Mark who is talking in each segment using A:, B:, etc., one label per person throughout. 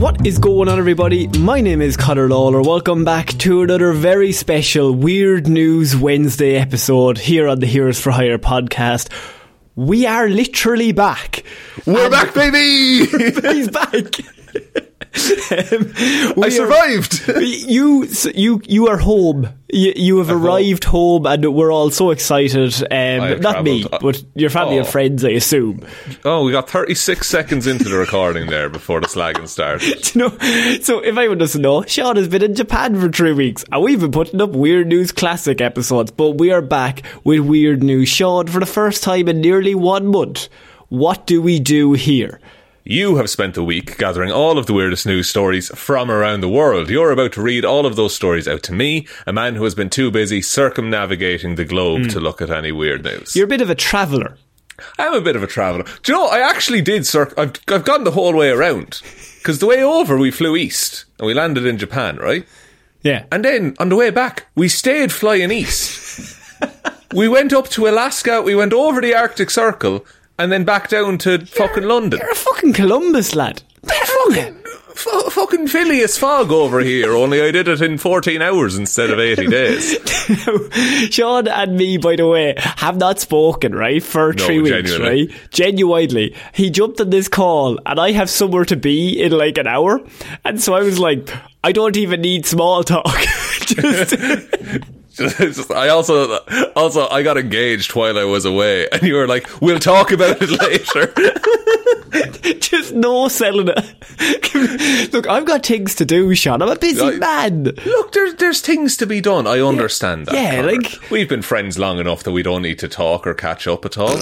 A: What is going on, everybody? My name is Connor Lawler. Welcome back to another very special Weird News Wednesday episode here on the Heroes for Hire podcast. We are literally back.
B: We're back, baby!
A: He's back. Um,
B: I
A: we are-
B: survived!
A: you you you are home. You, you have
B: I'm
A: arrived home, and we're all so excited. Um,
C: have
A: not me,
C: travelled.
A: but your family and
C: Oh.
A: friends, I assume.
C: Oh, we got 36 seconds into the recording there before the slagging started.
A: Do you know, so if anyone doesn't know, Sean has been in Japan for three weeks, and we've been putting up Weird News Classic episodes. But we are back with Weird News Sean for the first time in nearly one month. What do we do here?
C: You have spent the week gathering all of the weirdest news stories from around the world. You're about to read all of those stories out to me, a man who has been too busy circumnavigating the globe
B: Hmm.
C: to look at any weird news.
A: You're a bit of a traveller.
C: I'm a bit of a traveller. Do you know, I actually did circ- I've, I've gone the whole way around. Because the way over, we flew east and we landed in Japan, right?
A: Yeah.
C: And then on the way back, we stayed flying east. we went up to Alaska, we went over the Arctic Circle, and then back down to fucking London.
A: You're a fucking Columbus lad.
C: fucking, f- fucking Phileas Fogg over here, only I did it in 14 hours instead of 80 days.
A: Sean and me, by the way, have not spoken, right, for
C: No,
A: three weeks,
C: genuinely.
A: right? Genuinely. He jumped on this call, and I have somewhere to be in like an hour. And so I was like, I don't even need small talk. Just,
C: Just- I also, also, I got engaged while I was away, and you were like, we'll talk about it later.
A: just no selling it. Look, I've got things to do, Sean. I'm a busy
C: I-
A: man.
C: Look, there's there's things to be done. I understand that.
A: Yeah,
C: Connor.
A: like-
C: we've been friends long enough that we don't need to talk or catch up at all.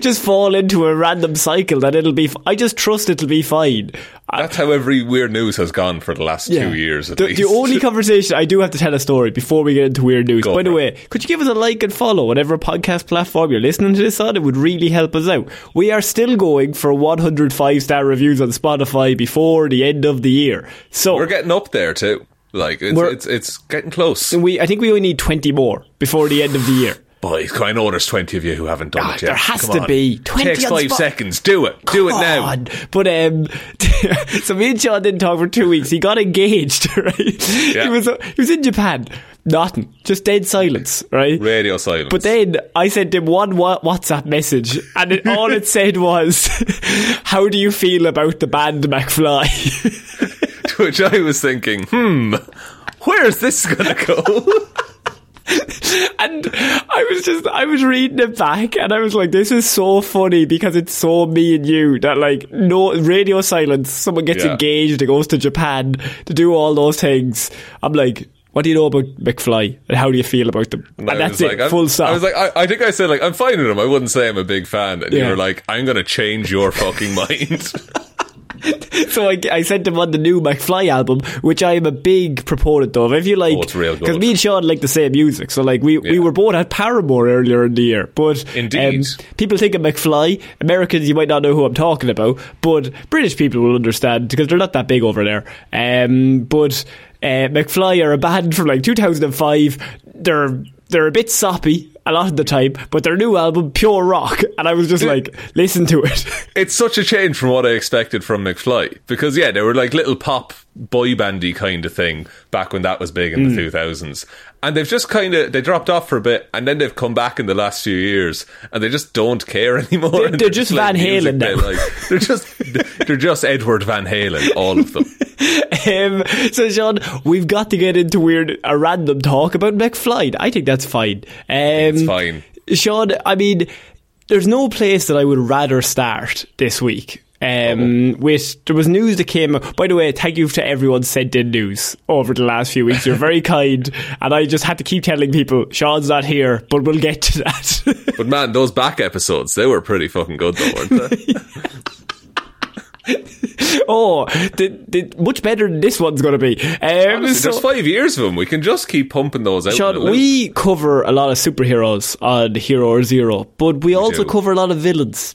A: just fall into a random cycle that it'll be. F- I just trust it'll be fine.
C: That's how every weird news has gone for the last two years at
A: the,
C: least.
A: the only conversation I do have to tell a story before we get into weird news.
C: Go
A: By the
C: for
A: way, could you give us a like and follow whatever podcast platform you're listening to this on? It would really help us out. We are still going for 105 star reviews on Spotify before the end of the year. So
C: We're getting up there too. Like it's
A: We're-
C: it's, it's getting close.
A: we, I think we only need 20 more before the end of the year.
C: Boys, I know there's twenty of you who haven't done
A: Ah,
C: it yet.
A: there has
C: Come
A: to
C: on.
A: be 20
C: Takes
A: on
C: five
A: spot-
C: seconds. Do it. Do it now.
A: God. But um, so me and Sean didn't talk for two weeks. He got engaged, right? He
C: Yeah.
A: was uh, he was in Japan. Nothing, just dead silence, right?
C: Radio silence.
A: But then I sent him one wa- WhatsApp message, and it, all it said was, "How do you feel about the band McFly?"
C: which I was thinking, hmm, where is this gonna go?
A: and I was just, I was reading it back, and I was like, "This is so funny because it's so me and you that like no radio silence. Someone gets
C: Yeah.
A: engaged, and goes to Japan to do all those things. I'm like." What do you know about McFly and how do you feel about them? And,
C: I
A: that's
C: was
A: it,
C: like, I'm-
A: full stop.
C: I was like, I, I think I said like I'm fine with him. I wouldn't say I'm a big fan. And
A: Yeah.
C: you were like, I'm gonna change your fucking mind.
A: so I, I sent him on the new McFly album, which I am a big proponent of. If you like,
C: Oh, it's real good.
A: because me and Sean like the same music, so like we, we
C: Yeah.
A: were both at Paramore earlier in the year. But um,
C: Indeed.
A: people think of McFly. Americans, you might not know who I'm talking about, but British people will understand because they're not that big over there. Um, but uh, McFly are a band from like 2005. They're they're a bit soppy a lot of the time, but their new album, Pure Rock, and I was just like, listen to it.
C: It's such a change from what I expected from McFly because yeah, they were like little pop boy bandy kind of thing back when that was big
A: Hmm.
C: in the two thousands, and they've just kind of they dropped off for a bit, and then they've come back in the last few years, and they just don't care anymore.
A: They're-
C: and
A: they're just
C: playing
A: Van
C: music
A: Halen
C: they
A: now.
C: like. They're just they're just Edward Van Halen, all of them.
A: Um, so, Sean, we've got to get into weird, a random talk about McFly. I think that's fine. Um, it's
C: fine.
A: Sean, I mean, there's no place that I would rather start this week. Um, with there was news that came. By the way, thank you to everyone sent in news over the last few weeks. You're very kind, and I just had to keep telling people Sean's not here, but we'll get to that.
C: But man, those back episodes they were pretty fucking good though, weren't they?
A: oh, the, the, much better than this one's going to be. Um, so-
C: There's five years of them. We can just keep pumping those out. in a
A: Sean,
C: loop.
A: we cover a lot of superheroes on Hero or Zero, but we, also
C: do.
A: cover a lot of villains.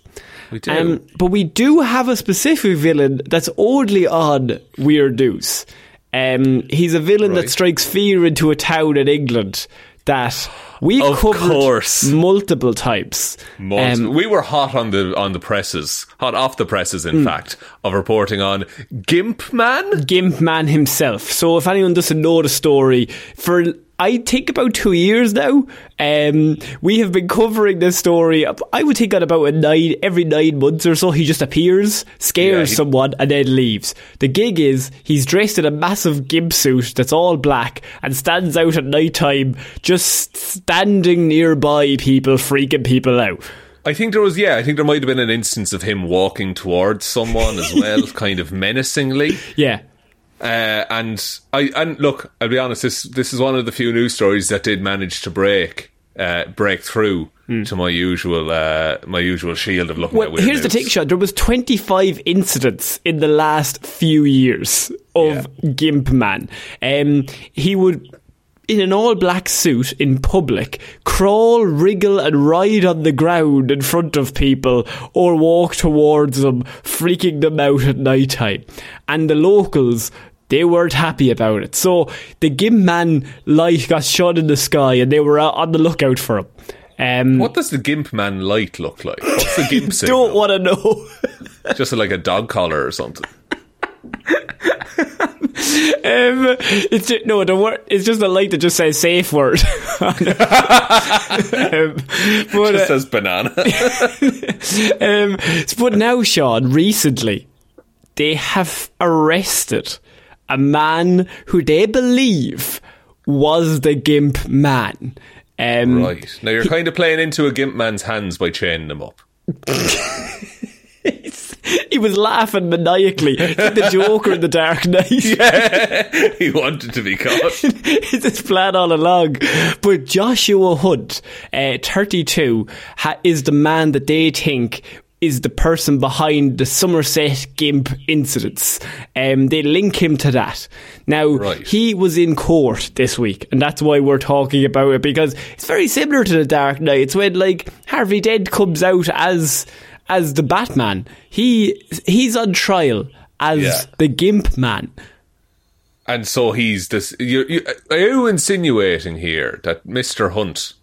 A: Um,
C: we do.
A: but we do have a specific villain that's oddly on Weird News. Um, he's a villain that
C: Right.
A: strikes fear into a town in England that we
C: Of
A: covered
C: course.
A: multiple times.
C: Most,
A: Um,
C: we were hot on the on the presses, hot off the presses,
A: Hmm.
C: in fact, of reporting on Gimp Man.
A: Gimp Man himself. So if anyone doesn't know the story, for I think about two years now, um, we have been covering this story. I would think on about a nine every nine months or so. He just appears, scares
C: Yeah, he-
A: someone, and then leaves. The gig is he's dressed in a massive gimp suit that's all black and stands out at night time, just standing nearby people, freaking people out.
C: I think there was, yeah, I think there might have been an instance of him walking towards someone as well, kind of menacingly.
A: Yeah.
C: Uh, and I and look, I'll be honest. This this is one of the few news stories that did manage to break uh, break through to my usual uh, my usual shield of looking
A: Hmm. Well,
C: at weird.
A: here's the
C: news.
A: take shot. There was 25 incidents in the last few years of Gimp Man. Um, he would, in an all-black suit in public, crawl, wriggle, and ride on the ground in front of people or walk towards them, freaking them out at night time. And the locals they weren't happy about it. So the Gimp Man light got shot in the sky and they were uh, on the lookout for him. Um,
C: What does the Gimp Man light look like? What's the Gimp signal?
A: don't want to know.
C: Just like a dog collar or something.
A: Um, it's just, no, the word. It's just a light that just says safe word. um, but,
C: Just
A: uh,
C: says banana.
A: um, but now, Sean, recently they have arrested a man who they believe was the Gimp Man. Um,
C: Right. Now you're kind of playing into a gimp man's hands by chaining him up.
A: He was laughing maniacally, It's like the Joker in the Dark Knight.
C: he wanted to be caught.
A: it's his plan all along. But Joshua Hood, uh, 32, ha- is the man that they think is the person behind the Somerset Gimp incidents. Um, they link him to that. Now,
C: Right.
A: he was in court this week, and that's why we're talking about it, because it's very similar to The Dark Knight. It's when, like, Harvey Dent comes out as as the Batman. He He's on trial as
C: Yeah.
A: the Gimp Man.
C: And so he's this. You, you, are you insinuating here that Mr. Hunt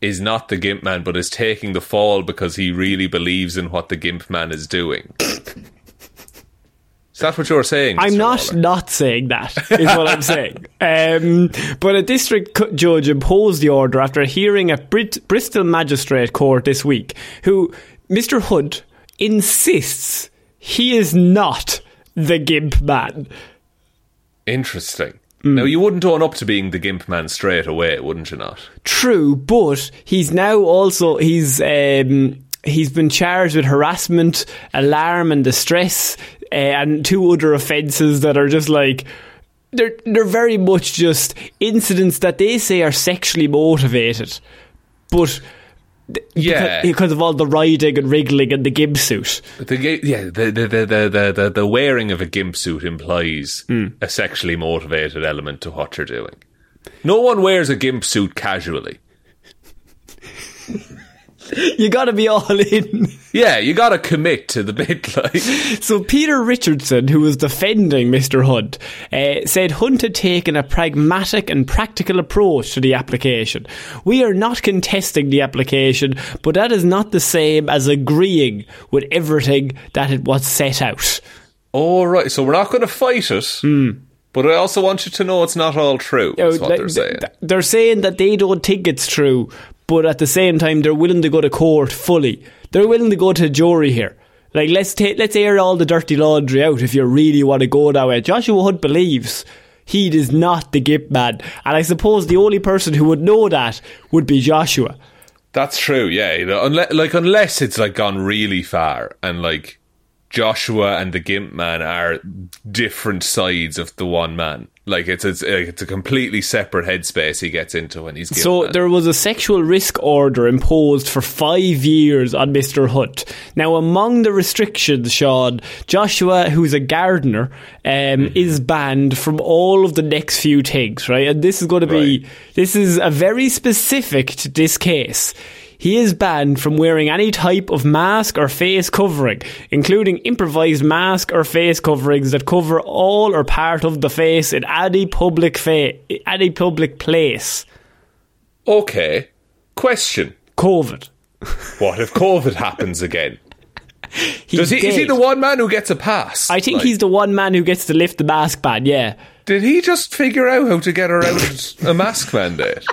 C: is not the gimp man, but is taking the fall because he really believes in what the gimp man is doing? is that what you're saying?
A: I'm
C: Mr.
A: not
C: Waller?
A: not saying that is what I'm saying. Um, but a district cu- judge imposed the order after a hearing at Brit- Bristol Magistrate Court this week. Who Mr. Hood insists he is not the Gimp Man.
C: Interesting.
A: Mm.
C: Now, you wouldn't own up to being the gimp man straight away, wouldn't you not?
A: True, but he's now also he's um, he's been charged with harassment, alarm, and distress, uh, and two other offences that are just like. They're, they're very much just incidents that they say are sexually motivated, but
C: Yeah.
A: because of all the riding and wriggling and the gimp suit.
C: The ga- yeah, the the, the the the the the wearing of a gimp suit implies
A: Hmm.
C: a sexually motivated element to what you're doing. No one wears a gimp suit casually.
A: You got to be all in.
C: Yeah, you got to commit to the bit. Like,
A: So Peter Richardson, who was defending Mr. Hunt, eh, said Hunt had taken a pragmatic and practical approach to the application. We are not contesting the application, but that is not the same as agreeing with everything that it was set out.
C: all right, so we're not going to fight it. But I also want you to know it's not all true.
A: You know,
C: That's
A: Hmm. Oh, like,
C: what they're saying.
A: th- they're saying that they don't think it's true, but at the same time, they're willing to go to court fully. They're willing to go to jury here. Like let's ta- let's air all the dirty laundry out if you really want to go that way. Joshua Hood believes he is not the gimp man, and I suppose the only person who would know that would be Joshua.
C: That's true. Yeah, you know, unless, like unless it's like gone really far and like Joshua and the Gimp Man are different sides of the one man. Like it's it's, like, it's a completely separate headspace he gets into when he's Gimp
A: So
C: Man.
A: there was a sexual risk order imposed for five years on Mr. Hutt. Now, among the restrictions, Sean, Joshua, who's a gardener, um, is banned from all of the next few things, right? And this is going to be,
C: Right.
A: this is a very specific to this case. He is banned from wearing any type of mask or face covering, including improvised mask or face coverings that cover all or part of the face in any public fa- any public place.
C: okay, question:
A: COVID.
C: What if COVID happens again?
A: He's
C: Does he, is he
A: dead.
C: the one man who gets a pass?
A: I think
C: Like,
A: he's the one man who gets to lift the mask ban. Yeah,
C: Did he just figure out how to get around a mask mandate?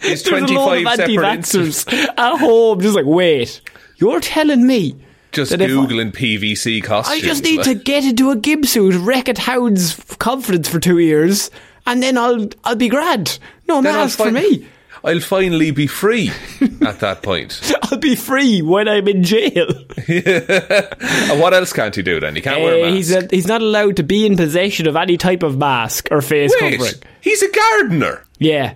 C: He's
A: There's a
C: twenty
A: load of
C: five separate instances.
A: anti-vaxxers at home, just like wait, you're telling me
C: Just
A: that if I-
C: googling PVC
A: I
C: costumes.
A: just need
C: like-
A: to get into a gimp suit, wreck at Hound's confidence for two years, and then I'll I'll be grand. No
C: Then I'll
A: mask for
C: fin-
A: me.
C: I'll finally be free at that point.
A: I'll be free when I'm in jail.
C: And what else can't he do then? He can't wear a
A: Uh,
C: mask.
A: he's a, he's not allowed to be in possession of any type of mask or face
C: Wait,
A: covering.
C: he's a gardener.
A: Yeah,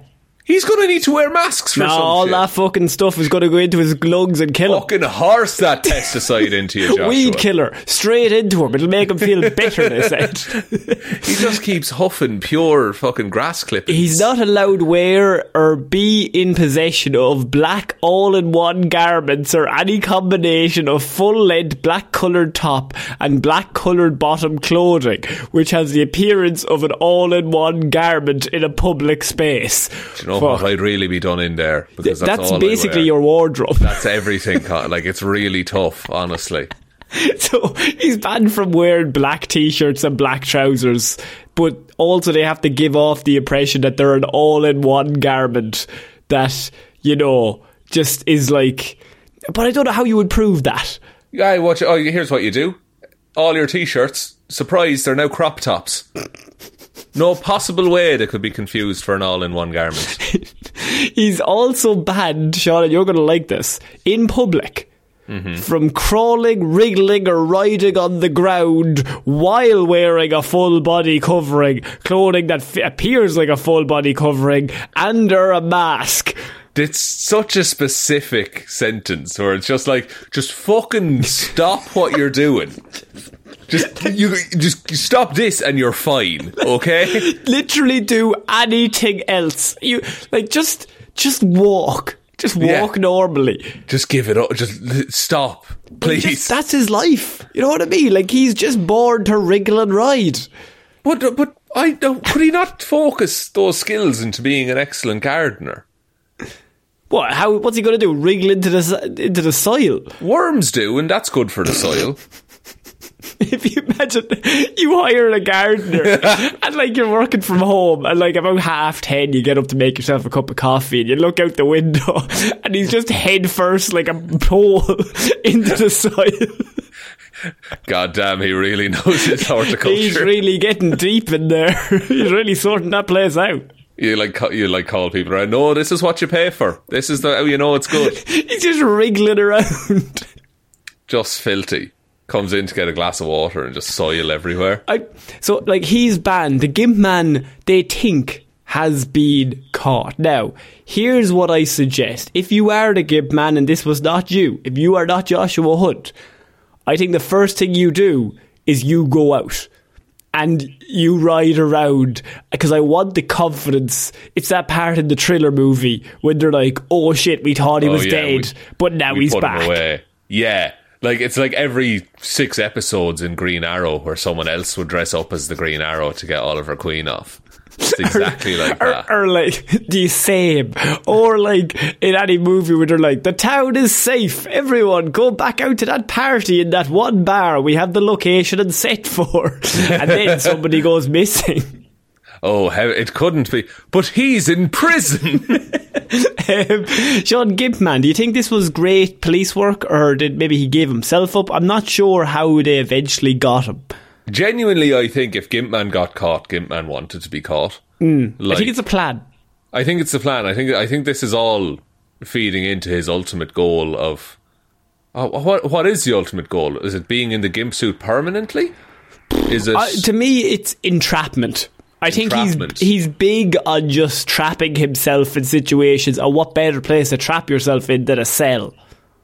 C: He's going to need to wear masks for
A: no,
C: some
A: all
C: shit.
A: that fucking stuff is going to go into his lungs and kill him.
C: Fucking horse that pesticide into you, Joshua.
A: Weed killer straight into him. It'll make him feel better. They said
C: He just keeps huffing pure fucking grass clippings.
A: he's not allowed wear or be in possession of black all-in-one garments or any combination of full-length black coloured top and black coloured bottom clothing, which has the appearance of an all-in-one garment in a public space.
C: You know what?
A: Fuck.
C: I'd really be done in there because that's,
A: That's
C: all I
A: basically
C: wear.
A: your wardrobe.
C: That's everything. Con- like it's really tough, honestly.
A: So he's banned from wearing black t-shirts and black trousers, but also they have to give off the impression that they're an all-in-one garment that you know just is like. But I don't know how you would prove that.
C: Yeah, watch. Oh, here's what you do: all your t-shirts. Surprise! They're now crop tops. No possible way they could be confused for an all-in-one garment.
A: He's also banned, Sean, and you're going to like this, in public. From crawling, wriggling, or riding on the ground while wearing a full body covering, clothing that f- appears like a full body covering, and or a mask.
C: It's such a specific sentence where it's just like, just fucking stop what you're doing. Just you, just stop this, and you're fine. Okay.
A: literally do anything else. You like just just walk. Just
C: Yeah.
A: walk normally.
C: Just give it up. Just l- stop,
A: Like,
C: please.
A: just- that's his life. You know what I mean? Like he's just born to wriggle and ride.
C: but but I don't. Could he not focus those skills into being an excellent gardener?
A: What? How? What's he gonna do? Wriggle into the s- into the soil?
C: Worms do, and that's good for the soil.
A: If you imagine you hire a gardener and like you're working from home and like about half ten you get up to make yourself a cup of coffee and you look out the window and he's just head first like a pole into the soil.
C: God damn, he really knows his
A: He's
C: horticulture.
A: really getting deep in there. He's really sorting that place out.
C: you like ca- you like call people around. No, this is what you pay for. This is the how you know it's good.
A: He's just wriggling around.
C: Just filthy. Comes in to get a glass of water and just soil everywhere.
A: I, so, like, he's banned. The Gimp Man, they think has been caught. Now, here's what I suggest. If you are the Gimp Man and this was not you, if you are not Joshua Hunt, I think the first thing you do is you go out and you ride around because I want the confidence. It's that part in the thriller movie when they're like, "Oh shit, we thought he
C: Oh,
A: was
C: yeah,
A: dead,
C: we-
A: but now
C: we
A: he's
C: put
A: back."
C: him away. Yeah. Like it's like every six episodes in Green Arrow where someone else would dress up as the Green Arrow to get Oliver Queen off. It's exactly like
A: Or,
C: that.
A: or er, like the same, or like in any movie where they're like, "The town is safe. Everyone, go back out to that party in that one bar we have the location and set for," and then somebody goes missing.
C: Oh, how, it couldn't be. But he's in prison.
A: Um, Sean Gimpman, do you think this was great police work, or did maybe he gave himself up? I'm not sure how they eventually got him.
C: Genuinely, I think if Gimpman got caught, Gimpman wanted to be caught. Like,
A: Hmm. I think it's a plan.
C: I think it's the plan. I think I think this is all feeding into his ultimate goal of oh, what what is the ultimate goal? Is it being in the gimp suit permanently? Is it
A: Uh, to me, it's entrapment. I think
C: Entrapment.
A: he's he's big on just trapping himself in situations. And what better place to trap yourself in than a cell?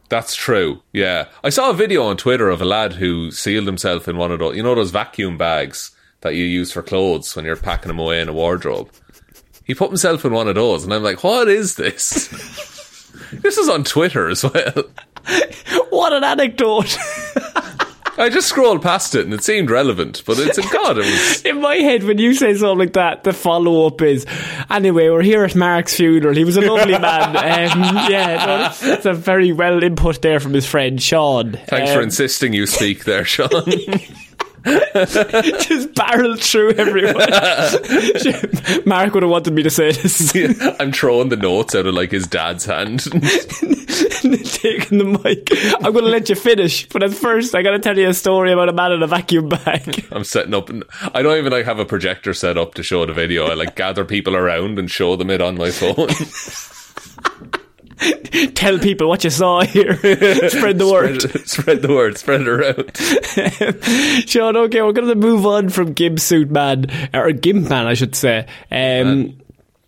C: That's true. Yeah, I saw a video on Twitter of a lad who sealed himself in one of those, you know, those vacuum bags that you use for clothes when you're packing them away in a wardrobe. He put himself in one of those, and I'm like, what is this? this is on Twitter as well.
A: What an anecdote!
C: I just scrolled past it, and it seemed relevant, but it's God, it was.
A: in my head, when you say something like that, the follow up is anyway, we're here at Mark's funeral. He was a lovely man. Um, yeah, no, that's, that's a very well input there from his friend Sean.
C: Thanks
A: Um,
C: for insisting you speak there, Sean.
A: just barreled through everyone. Mark would have wanted me to say this,
C: I'm throwing the notes out of like his dad's hand.
A: taking the mic. I'm going to let you finish, but at first, I got to tell you a story about a man in a vacuum bag.
C: I'm setting up. I don't even like have a projector set up to show the video. I like gather people around and show them it on my phone.
A: tell people what you saw here. Spread the word.
C: spread, spread the word. Spread it around.
A: Sean, okay, we're going to move on from Gimp Suit Man, or Gimp Man, I should say. Um,
C: Uh,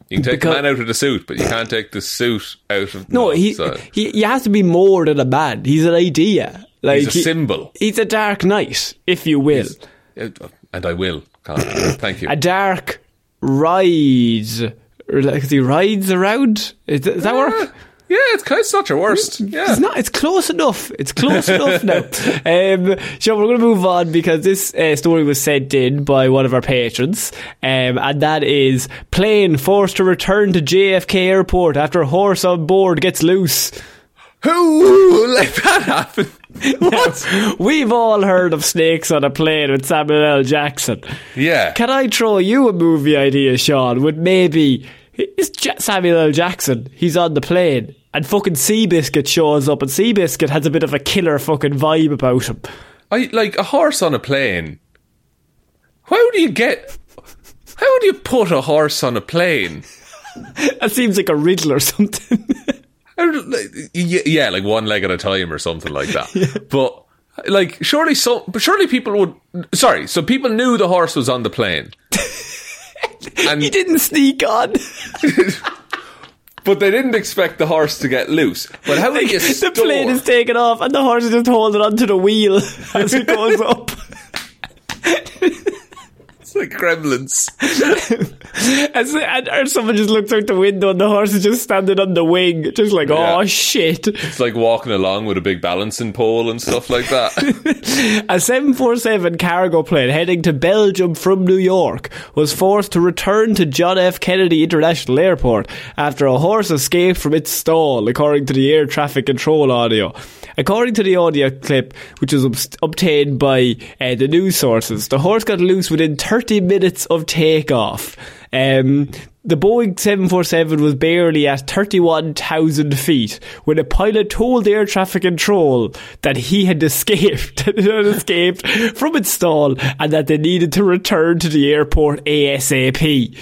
C: You can take
A: Because-
C: the man out of the suit, but you can't take the suit out of.
A: no, he,
C: so-
A: he he has to be more than a man. He's an idea. Like
C: he's a
A: he-
C: symbol, Uh,
A: he's a dark knight, if you will.
C: and I will. Colin. Thank you.
A: a dark ride. Or like, 'cause he rides around. Is, does that
C: yeah,
A: work?
C: it's kind of not your worst. Yeah,
A: It's not. It's close enough. It's close enough now. Um, so we're going to move on because this uh, story was sent in by one of our patrons, um, and that is plane forced to return to JFK Airport after horse on board gets loose.
C: Who let that happen? What?
A: We've all heard of snakes on a plane with Samuel L. Jackson.
C: Yeah.
A: Can I throw you a movie idea, Sean? Would maybe it's J- Samuel L. Jackson? He's on the plane, and fucking Seabiscuit shows up, and Seabiscuit has a bit of a killer fucking vibe about him.
C: I like a horse on a plane. How do you get? How do you put a horse on a plane?
A: That seems like a riddle or something.
C: I don't- like, y- Yeah, like one leg at a time or something like that. But like, surely so, but surely people would. Sorry, so people knew the horse was on the plane, and
A: he didn't sneak on.
C: but they didn't expect the horse to get loose. But how do
A: the
C: you store?
A: plane is taken off, and the horse is just holding onto the wheel as it goes up.
C: it's like gremlins.
A: As, and, or someone just looks out the window, and the horse is just standing on the wing, just like,
C: Yeah.
A: oh shit.
C: It's like walking along with a big balancing pole and stuff like that.
A: A 747 cargo plane heading to Belgium from New York was forced to return to John F. Kennedy International Airport after a horse escaped from its stall, according to the air traffic control audio. According to the audio clip, which was obst- obtained by uh, the news sources, the horse got loose within 30 minutes of takeoff. Um, the Boeing 747 was barely at 31,000 feet when a pilot told air traffic control that he had escaped, that it had escaped from its stall and that they needed to return to the airport ASAP.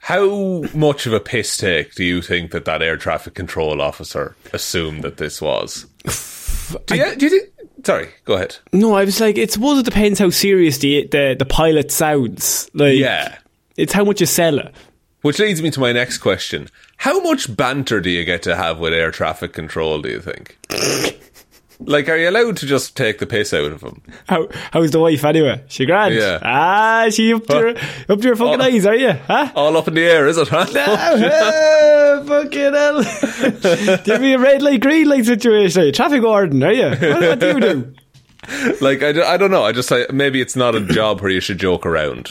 C: How much of a piss take do you think that that air traffic control officer assumed that this was? Do you, do you think? Sorry, go ahead.
A: No, I was like, it's well, it depends how serious the, the, the pilot sounds. Like,
C: Yeah.
A: It's how much you sell it.
C: Which leads me to my next question. How much banter do you get to have with air traffic control, do you think? like, are you allowed to just take the piss out of them?
A: How how's the wife anyway? She grand?
C: Yeah.
A: Ah, she up to her, up to her fucking
C: Oh.
A: eyes, are you? Ah. Huh?
C: All up in the air, is it, huh?
A: Ah, fucking Oh, hell! Give me a red light, green light situation. Are you traffic warden, are you? What, what do you do?
C: like, I, d- I don't know. I just, I, maybe it's not a job where you should joke around.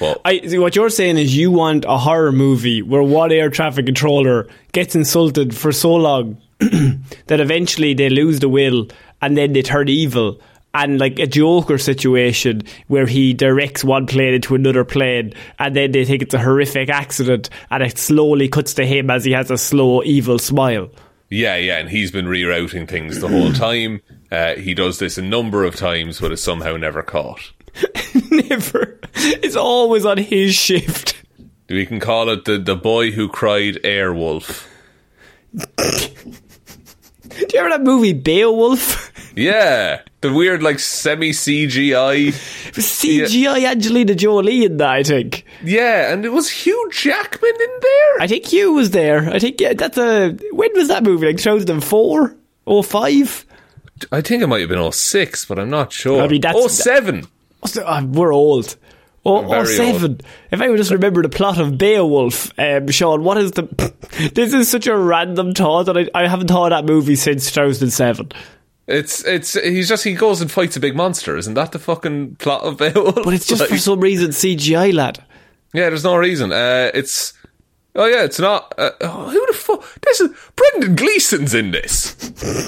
C: But
A: I, see, what you're saying is you want a horror movie where one air traffic controller gets insulted for so long that eventually they lose the will and then they turn evil. And like a Joker situation where he directs one plane into another plane and then they think it's a horrific accident and it slowly cuts to him as he has a slow evil smile.
C: Yeah, yeah, and he's been rerouting things the whole time. Uh, he does this a number of times, but is somehow never caught.
A: Never. It's always on his shift.
C: We can call it the, the boy who cried airwolf.
A: Do you remember that movie Beowulf?
C: Yeah, the weird like semi CGI.
A: CGI Angelina Jolie in that, I think.
C: Yeah, and it was Hugh Jackman in there.
A: I think Hugh was there. I think yeah, that's a when was that movie? Like 2004 or five?
C: I, think it might have been 06, but I'm not sure.
A: I mean, that's-
C: 07.
A: What's the- oh, we're old. Oh,
C: We're
A: oh
C: very
A: seven. If I would just remember the plot of Beowulf, um, Sean, what is the? this is such a random thought that I, I haven't thought of that movie since 2007.
C: It's it's he's just he goes and fights a big monster. Isn't that the fucking plot of Beowulf?
A: But it's just for
C: Like-
A: some reason CGI lad.
C: Yeah, there's no reason. Uh, it's oh yeah, it's not. Uh, oh, who the fuck? This is Brendan Gleeson's in this.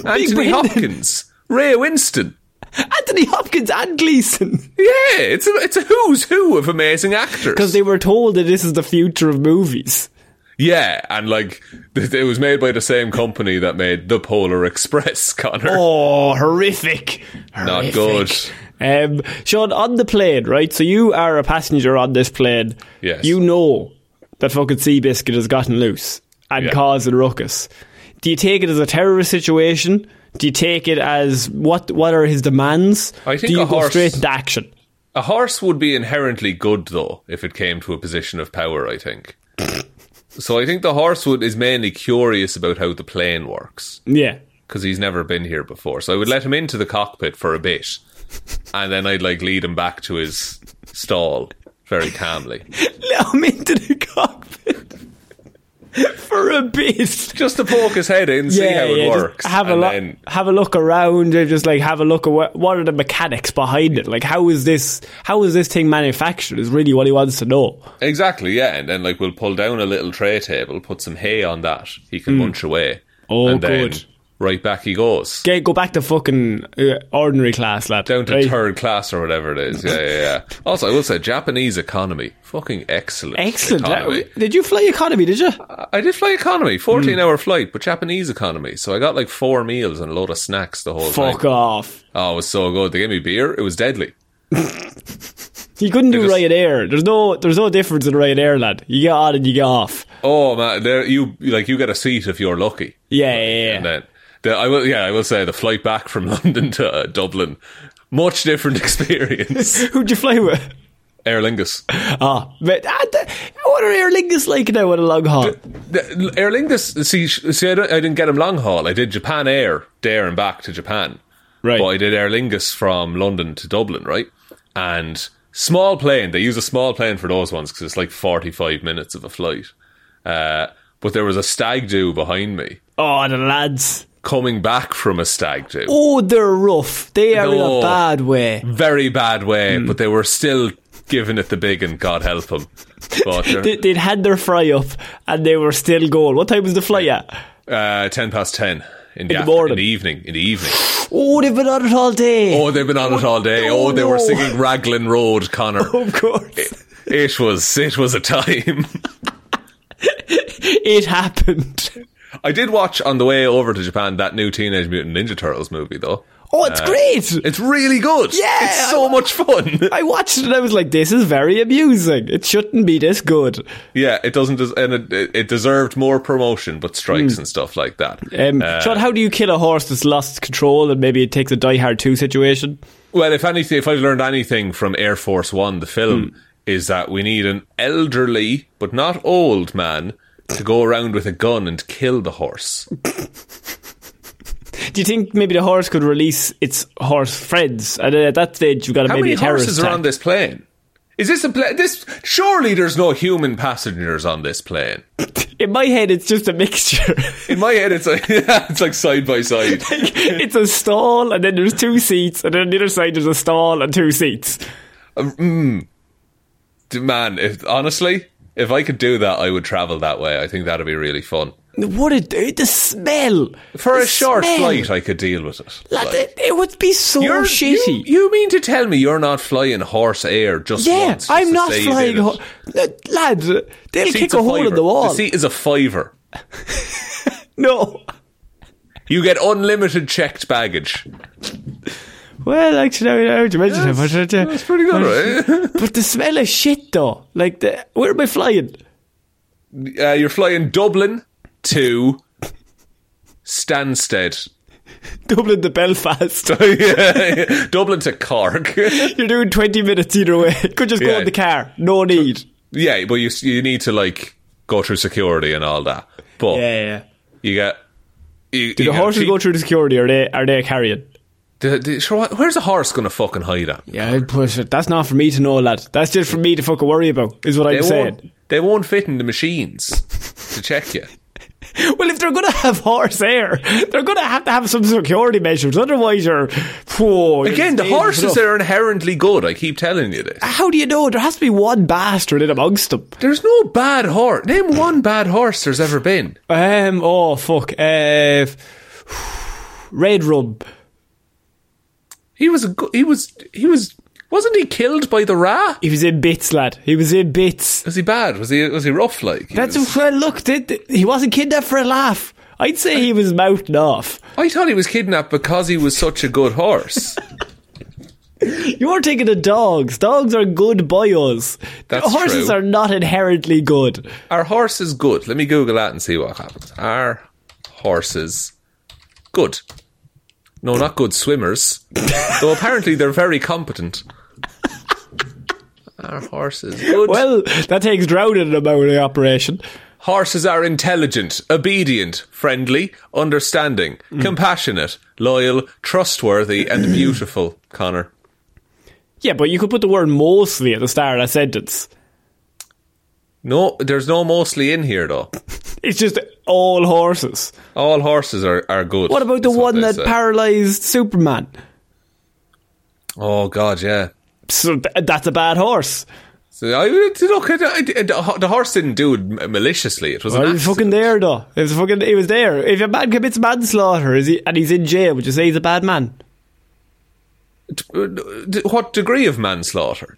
C: Anthony
A: Brendan.
C: Hopkins, Ray Winston.
A: Anthony Hopkins and Gleason.
C: Yeah, it's a it's a who's who of amazing actors.
A: Because they were told that this is the future of movies.
C: yeah, and like th- it was made by the same company that made The Polar Express. Connor,
A: Oh, horrific.
C: not
A: Horrific.
C: good.
A: Um, Sean, on the plane, right? So you are a passenger on this plane.
C: Yes.
A: You know that fucking Seabiscuit has gotten loose and
C: Yeah.
A: caused a ruckus. Do you take it as a terrorist situation? Do you take it as what? What are his demands?
C: I think
A: Do you
C: a
A: go
C: horse-
A: straight into action?
C: A horse would be inherently good though if it came to a position of power. I think. So I think the horse would is mainly curious about how the plane works.
A: Yeah.
C: because he's never been here before. So I would let him into the cockpit for a bit, and then I'd like lead him back to his stall very calmly,
A: Let him into the cockpit for a bit.
C: just to poke his head in, see how it
A: yeah, just
C: works.
A: Have a
C: and
A: look.
C: then-
A: Have a look around. And just like have a look at what, what are the mechanics behind it. Like how is this? How is this thing manufactured? Is really what he wants to know.
C: exactly, yeah. And then like we'll pull down a little tray table, put some hay on that. He can munch away.
A: Hmm. Oh,
C: and then
A: good.
C: Right back he goes.
A: Okay, go back to fucking uh, ordinary class, lad.
C: down to
A: Right.
C: third class or whatever it is. Yeah, yeah, yeah. Also, I will say, Japanese economy. Fucking excellent.
A: Excellent.
C: Economy.
A: That- did you fly economy? Did you?
C: I did fly economy, 14
A: Hmm.
C: hour flight, but Japanese economy. So I got like four meals and a load of snacks the whole
A: Fuck
C: time.
A: off.
C: Oh, it was so good. They gave me beer. It was deadly.
A: You couldn't do
C: just-
A: Ryanair. There's no, there's no difference in Ryanair, lad. You get on and you get off.
C: Oh, man. There, you like you get a seat if you're lucky.
A: Yeah, yeah, yeah.
C: And then, the, I will, yeah, I will say the flight back from London to uh, Dublin, much different experience.
A: Who'd you fly with?
C: Aer Lingus.
A: Ah, but ah, th- what are Aer Lingus like now on a long haul?
C: The- Aer Lingus, see, sh- see I, don't, I didn't get him long haul. I did Japan Air, there and back to Japan.
A: Right.
C: But I did Aer Lingus from London to Dublin, right? And small plane. They use a small plane for those ones because it's like 45 minutes of a flight. Uh, but there was a stag do behind me
A: Oh, the lads.
C: coming back from a stag do.
A: Oh, they're rough. They are in a
C: No.
A: bad way.
C: Very bad way,
A: Hmm.
C: but they were still giving it the big and God help them. But uh, they're-
A: They, they'd had their fry up and they were still going. What time was the flight at?
C: uh, 10 past 10 in the,
A: the
C: after-
A: morning.
C: in the evening. In the evening.
A: Oh, they've been on it all day.
C: Oh, they've been on it all day.
A: Oh,
C: Oh, they were
A: no. Oh.
C: singing Raglan Road, Connor.
A: of course.
C: It was it was a time.
A: It happened.
C: I did watch on the way over to Japan that new Teenage Mutant Ninja Turtles movie though.
A: Oh, it's great.
C: It's really good.
A: Yeah,
C: it's so much fun.
A: I watched it and I was like, this is very amusing. It shouldn't be this good.
C: yeah, it doesn't des- and it, it deserved more promotion, but strikes
A: Hmm.
C: and stuff like that.
A: Um,
C: Uh,
A: Sean, how do you kill a horse that's lost control and maybe it takes a Die Hard 2 situation? Hmm.
C: Well, if anything, if I've learned anything from Air Force One, the film, is that we need an elderly but not old man to go around with a gun and kill the horse.
A: Do you think maybe the horse could release its horse friends? And then at that stage, you've got to
C: How
A: maybe
C: many
A: a terrorist
C: horses are on
A: attack.
C: this plane? Is this a plane? This surely there's no human passengers on this plane.
A: In my head, it's just a mixture.
C: In my head, it's like it's like side by side.
A: it's a stall, and then there's two seats, and then on the other side there's a stall and two seats.
C: D- Man, if honestly, if I could do that, I would travel that way. I think that'd be really fun.
A: What it do? The smell
C: For
A: The
C: a short
A: smell.
C: flight, I could deal with it.
A: Like, it, it would be so
C: You're-
A: shitty.
C: You, you mean to tell me you're not flying horse air just
A: yeah,
C: once? just
A: I'm
C: to
A: not
C: say you
A: flying.
C: did it?
A: Ho- No, lads, they'll
C: Seat's
A: kick a, hole in
C: fiver.
A: the wall.
C: The seat is a fiver.
A: no.
C: You get unlimited checked baggage.
A: Well, actually, now- now that you mention it, but, uh,
C: That's pretty good, right?
A: but the smell of shit, though. Like, the, where am I flying?
C: Uh, you're flying Dublin to Stansted.
A: Dublin to Belfast.
C: Yeah, Dublin to Cork.
A: You're doing 20 minutes either way. Could just go
C: Yeah.
A: in the car. No need.
C: yeah, but you you need to like go through security and all that. But
A: Yeah.
C: you get. You,
A: Do the horses go through the security? Are they are they carrying?
C: The, the, sure, what- where's a horse going to fucking hide at?
A: Yeah, I'd push it. That's not for me to know, lad. That's just for me to fucking worry about. Is what I'm
C: won't,
A: saying.
C: they won't fit in the machines to check you.
A: Well, if they're gonna have horse air, they're gonna have to have some security measures. Otherwise, you're whoa, you're
C: Again, the
A: dangerous
C: horses
A: enough.
C: are inherently good. I keep telling you this.
A: How do you know? There has to be one bastard in amongst them.
C: There's no bad horse. Name one bad horse there's ever been.
A: Um. Oh fuck. Uh. Red rum.
C: He was a go- he was he was wasn't he killed by the ra?
A: He was in bits, lad. He was in bits.
C: Was he bad? Was he was he rough like? He
A: That's
C: was-
A: well. Look, th- th- he wasn't kidnapped for a laugh. I'd say he was mouthing off.
C: I thought he was kidnapped because he was such a good horse.
A: You're thinking of dogs. Dogs are good bios.
C: That's
A: Horses
C: true.
A: are not inherently good.
C: Are horses good? Let me Google that and see what happens. Are horses good? No, not good swimmers. Though apparently they're very competent. Are horses good?
A: Well, that takes drowning them out of the operation.
C: Horses are intelligent, obedient, friendly, understanding,
A: Mm.
C: compassionate, loyal, trustworthy, and beautiful, Connor.
A: Yeah, but you could put the word mostly at the start of that sentence.
C: No, there's no mostly in here though.
A: It's just all horses.
C: All horses are, are good.
A: What about the
C: is
A: one
C: they
A: that
C: say.
A: paralyzed Superman?
C: Oh god, yeah.
A: So th- that's a bad horse.
C: So I look, I- I- the the horse didn't do it m- maliciously. It was an
A: Well, he was
C: accident.
A: fucking there though. It was fucking. He was there. If a man commits manslaughter, is he and he's in jail, would you say he's a bad man?
C: D- What degree of manslaughter?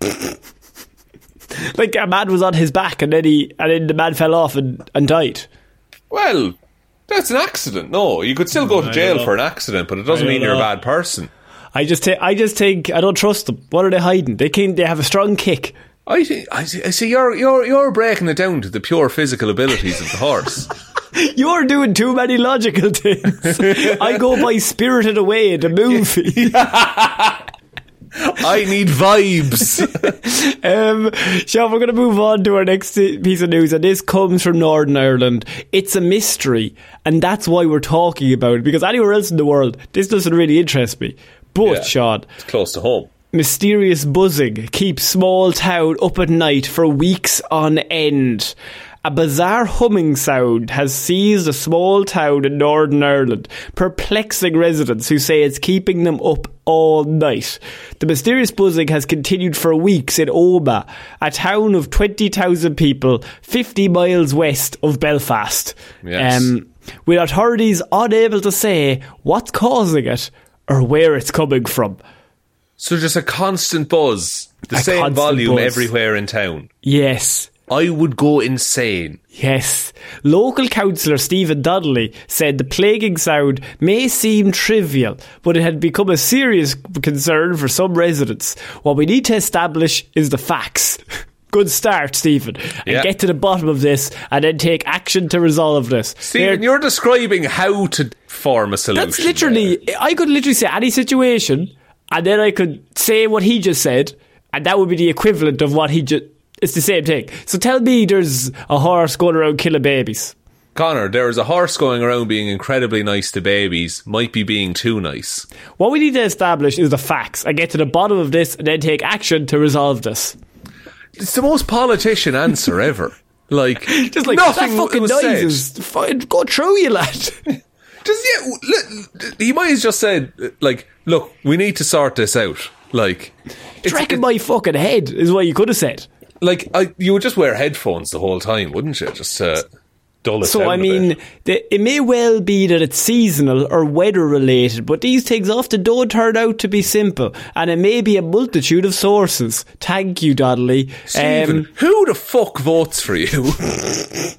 A: Like a man was on his back and then he and then the man fell off and, and died.
C: well, that's an accident. No, you could still
A: Mm,
C: go to jail for an accident, but it doesn't mean you're a bad person.
A: I just, thi- I just think I don't trust them. What are they hiding? They can, they have a strong kick.
C: I see. I see. I see you're you're you're breaking it down to the pure physical abilities of the horse.
A: You're doing too many logical things. I go by Spirited Away, the movie.
C: I need vibes.
A: Um, Sean, we're going to move on to our next i- piece of news, and this comes from Northern Ireland. It's a mystery, and that's why we're talking about it. Because anywhere else in the world, this doesn't really interest me. But
C: Yeah.
A: Sean,
C: It's close to home.
A: mysterious buzzing keeps small town up at night for weeks on end. A bizarre humming sound has seized a small town in Northern Ireland, perplexing residents who say it's keeping them up all night. The mysterious buzzing has continued for weeks in Oma, a town of 20,000 people 50 miles west of Belfast. Um,
C: Yes.
A: with authorities unable to say what's causing it or where it's coming from.
C: So just a constant buzz, the
A: A
C: same
A: constant
C: volume
A: buzz.
C: everywhere in town.
A: Yes.
C: I would go insane.
A: Yes. Local councillor Stephen Donnelly said the plaguing sound may seem trivial, but it had become a serious concern for some residents. What we need to establish is the facts. Good start, Stephen. And
C: Yeah.
A: get to the bottom of this and then take action to resolve this. There-
C: Stephen, you're describing how to form a solution.
A: that's literally, I could literally say any situation and then I could say what he just said and that would be the equivalent of what he just, It's the same thing. So tell me there's a horse going around killing babies.
C: Connor, there is a horse going around being incredibly nice to babies, might be being too nice.
A: What we need to establish is the facts and get to the bottom of this and then take action to resolve this.
C: It's the most politician answer ever. Like,
A: Just like
C: nothing
A: that fucking
C: was
A: noise
C: said.
A: is fucking go through you lad.
C: Just yeah, w- look, he might have just said like, look, we need to sort this out. Like, it's-
A: Tracking
C: it-
A: my fucking head is what you could have said.
C: like I, you would just wear headphones the whole time, wouldn't you? Just to dull it
A: So
C: down
A: I
C: a
A: mean,
C: bit.
A: the, it may well be that it's seasonal or weather related, but these things often don't turn out to be simple, and it may be a multitude of sources. Thank you, Donnelly. um,
C: Stephen, who the fuck votes for you?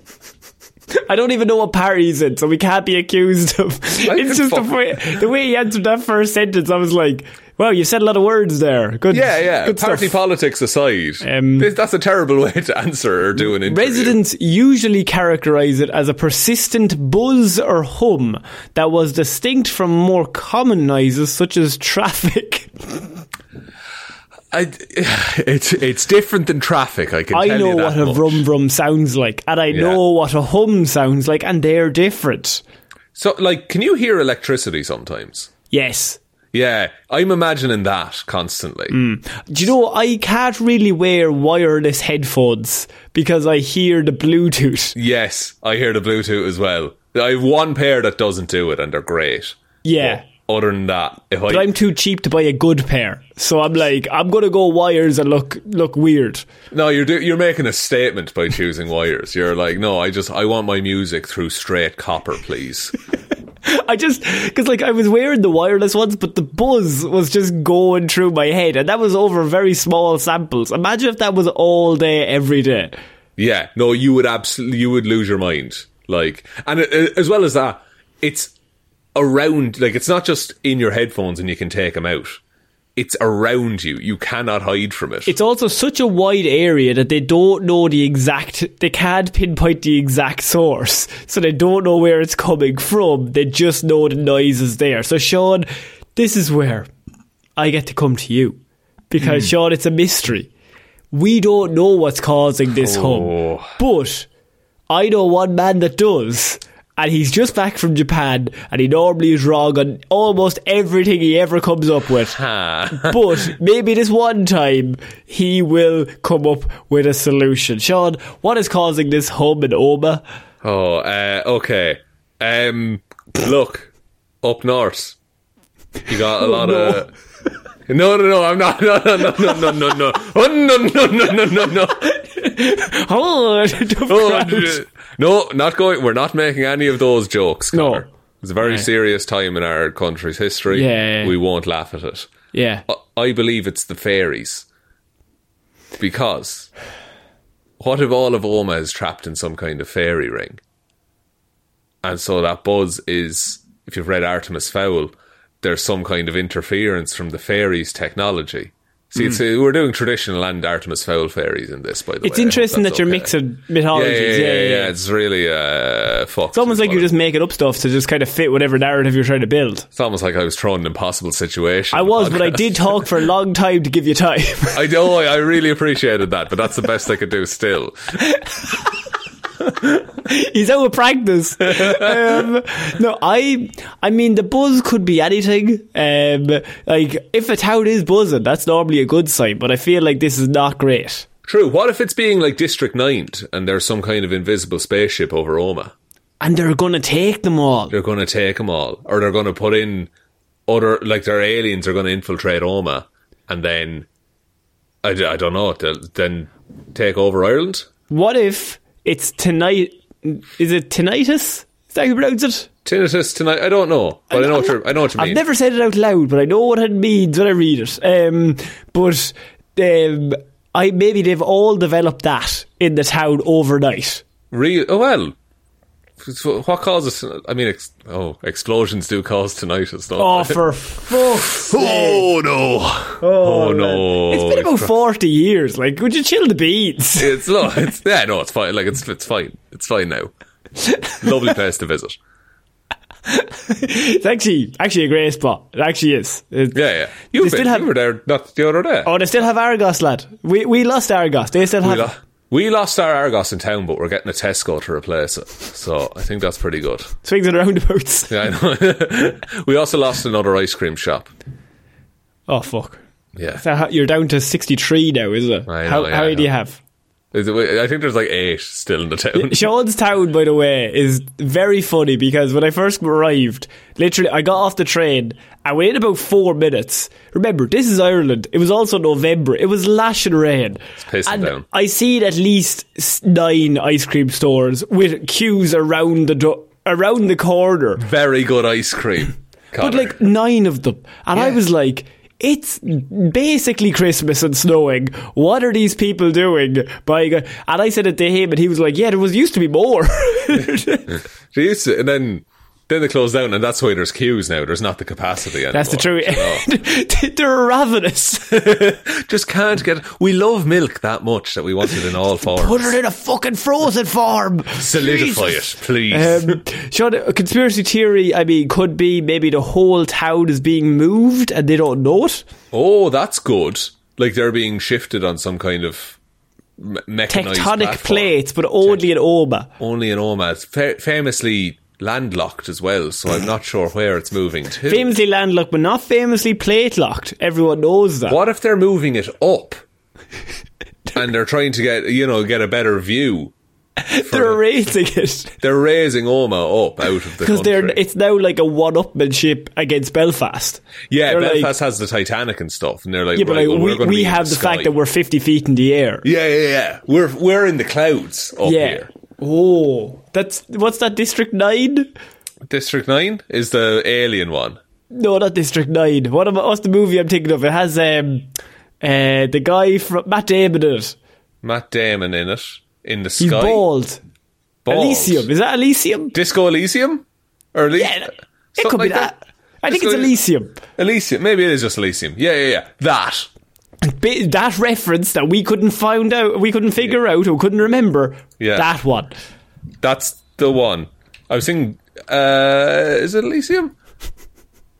A: I don't even know what party he's in, so we can't be accused of.
C: I
A: it's
C: can
A: just the
C: fuck-
A: way, the way he answered that first sentence. I was like, "Wow, you said a lot of words there." Good,
C: yeah, yeah.
A: good
C: Party
A: stuff.
C: politics aside,
A: Um,
C: this- that's a terrible way to answer or do an interview.
A: Residents usually characterize it as a persistent buzz or hum that was distinct from more common noises such as traffic.
C: I, it's it's different than traffic. I can.
A: I
C: tell
A: know
C: you that
A: what a
C: much.
A: vrum vrum sounds like, and I
C: Yeah.
A: know what a hum sounds like, and they're different.
C: So, like, can you hear electricity sometimes?
A: Yes.
C: Yeah, I'm imagining that constantly.
A: Do you know, I can't really wear wireless headphones because I hear the Bluetooth.
C: Yes, I hear the Bluetooth as well. I have one pair that doesn't do it, and they're great.
A: Yeah.
C: Other than that, if
A: But
C: I
A: I'm too cheap to buy a good pair. So I'm like, I'm going to go wires and look look weird.
C: no, you're do, you're making a statement by choosing wires. You're like, no, I just I want my music through straight copper, please.
A: I just because like I was wearing the wireless ones, but the buzz was just going through my head, and that was over very small samples. Imagine if that was all day, every day.
C: Yeah, no, you would absolutely you would lose your mind. Like, and it, it- as well as that, it's around. Like, it's not just in your headphones and you can take them out. It's around you. You cannot hide from it.
A: It's also such a wide area that they don't know the exact. They can't pinpoint the exact source, so they don't know where it's coming from. They just know the noise is there. So Sean, this is where I get to come to you because Sean, it's a mystery. We don't know what's causing this hum, but I know one man that does. And he's just back from Japan, and he normally is wrong on almost everything he ever comes up with
C: ah.
A: but maybe this one time he will come up with a solution. Sean, what is causing this hum and oma?
C: Oh, uh, okay. Um, look, up north, you got a lot of. No, no, no! I'm not. No, no, no, no, no, no, no! Oh, no, no, no, no, no, no!
A: Oh, the
C: Oh,
A: crowd.
C: d- no, not going. We're not making any of those jokes.
A: No.
C: Connor. it's a very serious time in our country's history.
A: Yeah.
C: we won't laugh at it.
A: yeah.
C: I- I believe it's the fairies, because what if all of Oma is trapped in some kind of fairy ring? And so that buzz is, if you've read Artemis Fowl, there's some kind of interference from the fairies' technology. See, it's, uh, we're doing traditional and Artemis Fowl fairies in this, by the way.
A: Hmm. It's
C: I hope
A: interesting
C: that's
A: that you're
C: okay.
A: mixing
C: Yeah,
A: mythologies.
C: yeah, yeah, yeah, yeah.
A: It's,
C: It's really uh, fucked.
A: almost
C: is
A: like
C: what
A: you're
C: it-
A: just making up stuff to just kind of fit whatever narrative you're trying to build.
C: It's almost like I was thrown in an impossible situation.
A: I
C: in the
A: was, but I
C: podcast.
A: did talk for a long time to give you time.
C: I know. I really appreciated that, but that's the best I could do still.
A: He's out of practice. um, no, I. I mean, the buzz could be anything. Um, like if a town is buzzing, that's normally a good sign. But I feel like this is not great.
C: True. What if it's being like District 9 and there's some kind of invisible spaceship over Oma?
A: and they're gonna take them all.
C: They're going to take them all, or they're going to put in other, like their aliens are going to infiltrate Oma and then, I, d- I don't know, they'll then take over Ireland?
A: What if it's tonight? Is it tinnitus? Is that how you pronounce it?
C: Tinnitus tonight? I don't know, but I know what you're, I know what you mean.
A: I've never said it out loud, but I know what it means when I read it. Um, but um, I maybe they've all developed that in the town overnight.
C: Real? Oh well. So What causes? I mean, ex- oh, explosions do cause tinnitus, don't
A: Oh,
C: they?
A: for fuck's sake!
C: oh no! Oh, no!
A: It's been about forty years. Like, would you chill the beats?
C: It's lo- it's yeah, no, it's fine. Like it's it's fine. It's fine now. Lovely place to visit.
A: it's actually actually a great spot. It actually is. It-
C: Yeah, yeah. You,
A: They
C: been,
A: still have-
C: you were there not the other day.
A: Oh, they still have Argos, lad. We we lost Argos. They still
C: we,
A: have.
C: lo- we lost our Argos in town, but we're getting a Tesco to replace it. So I think that's pretty good.
A: swings and roundabouts.
C: Yeah, I know. we also lost another ice cream shop.
A: Oh fuck!
C: Yeah.
A: So how- you're down to sixty three now, is it?
C: I know,
A: how
C: yeah,
A: how
C: I
A: many do you
C: know.
A: have?
C: Is it- I think there's like eight still in the town.
A: Sean's town, by the way, is very funny because when I first arrived, literally, I got off the train. I waited about four minutes. Remember, this is Ireland. It was also November. It was lashing rain. It's
C: pissing
A: and
C: down.
A: I seen at least s- nine ice cream stores with queues around the do- around the corner.
C: Very good ice cream.
A: But
C: Connor.
A: like nine of them, and I was like. It's basically Christmas and snowing. What are these people doing? Buying? a-" And I said it to him, and he was like, "Yeah, there was used to be more."
C: They used to- and then then they closed down, and that's why there's queues now. There's not the capacity anymore.
A: That's the truth. They're ravenous.
C: Just can't get. We love milk that much that we want it in all forms.
A: Put it in a fucking frozen form.
C: Solidify
A: Jesus.
C: it, please.
A: Um, Sean, a conspiracy theory, I mean, could be maybe the whole town is being moved and they don't know it.
C: oh, that's good. Like they're being shifted on some kind of me- mechanized
A: Tectonic
C: platform.
A: plates, but only in Oma.
C: Only in Oma. It's fa- famously landlocked as well, so I'm not sure where it's moving to.
A: Famously landlocked, but not famously plate locked. Everyone knows that.
C: What if they're moving it up? and they're trying to get you know get a better view.
A: They're raising it
C: They're raising Oma up out of the
A: because they're.
C: country.
A: It's now like a one-upmanship against Belfast.
C: Yeah,
A: They're
C: Belfast
A: like-
C: has the Titanic and stuff, and they're like,
A: Yeah, but
C: right,
A: like,
C: well, we're
A: we,
C: gonna be
A: we
C: in
A: have the
C: sky.
A: fact that we're fifty feet in the air.
C: yeah, yeah, yeah. We're we're in the clouds up here.
A: Oh, that's what's that? District nine?
C: District Nine is the alien one.
A: No, not District Nine. What am I, what's the movie I'm thinking of? It has um, uh, the guy from Matt Damon in it.
C: Matt Damon in it in the sky.
A: He's bald.
C: Bald.
A: Elysium is that Elysium?
C: Disco Elysium, or Ely-
A: Yeah, it could
C: something
A: be
C: like
A: that. I think it's
C: Disco
A: Elysium.
C: Elysium, maybe it is just Elysium. Yeah, yeah, yeah. That.
A: Bi- that reference that we couldn't find out, we couldn't figure out, or couldn't remember.
C: Yeah.
A: that one.
C: That's the one. I was thinking, uh, is it Elysium?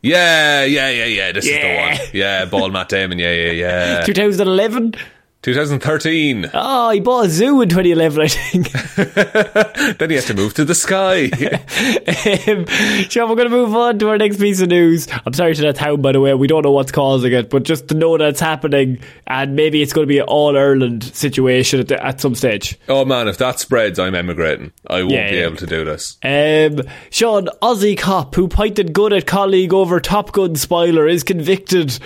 C: Yeah, yeah, yeah, yeah. This is
A: Yeah.
C: the one. Yeah, bald Matt Damon. Yeah, yeah, yeah.
A: 2011.
C: 2013.
A: Oh, he bought a zoo in 2011, I think.
C: Then he has to move to the sky.
A: um, Sean, we're going to move on to our next piece of news. I'm sorry to that town, by the way. We don't know what's causing it, but just to know that it's happening, and maybe it's going to be an all Ireland situation at, the, at some stage.
C: oh man, if that spreads, I'm emigrating. I won't
A: Yeah,
C: be
A: yeah.
C: able to do this.
A: Um, Sean, Aussie cop who pointed gun at colleague over Top Gun spoiler is convicted.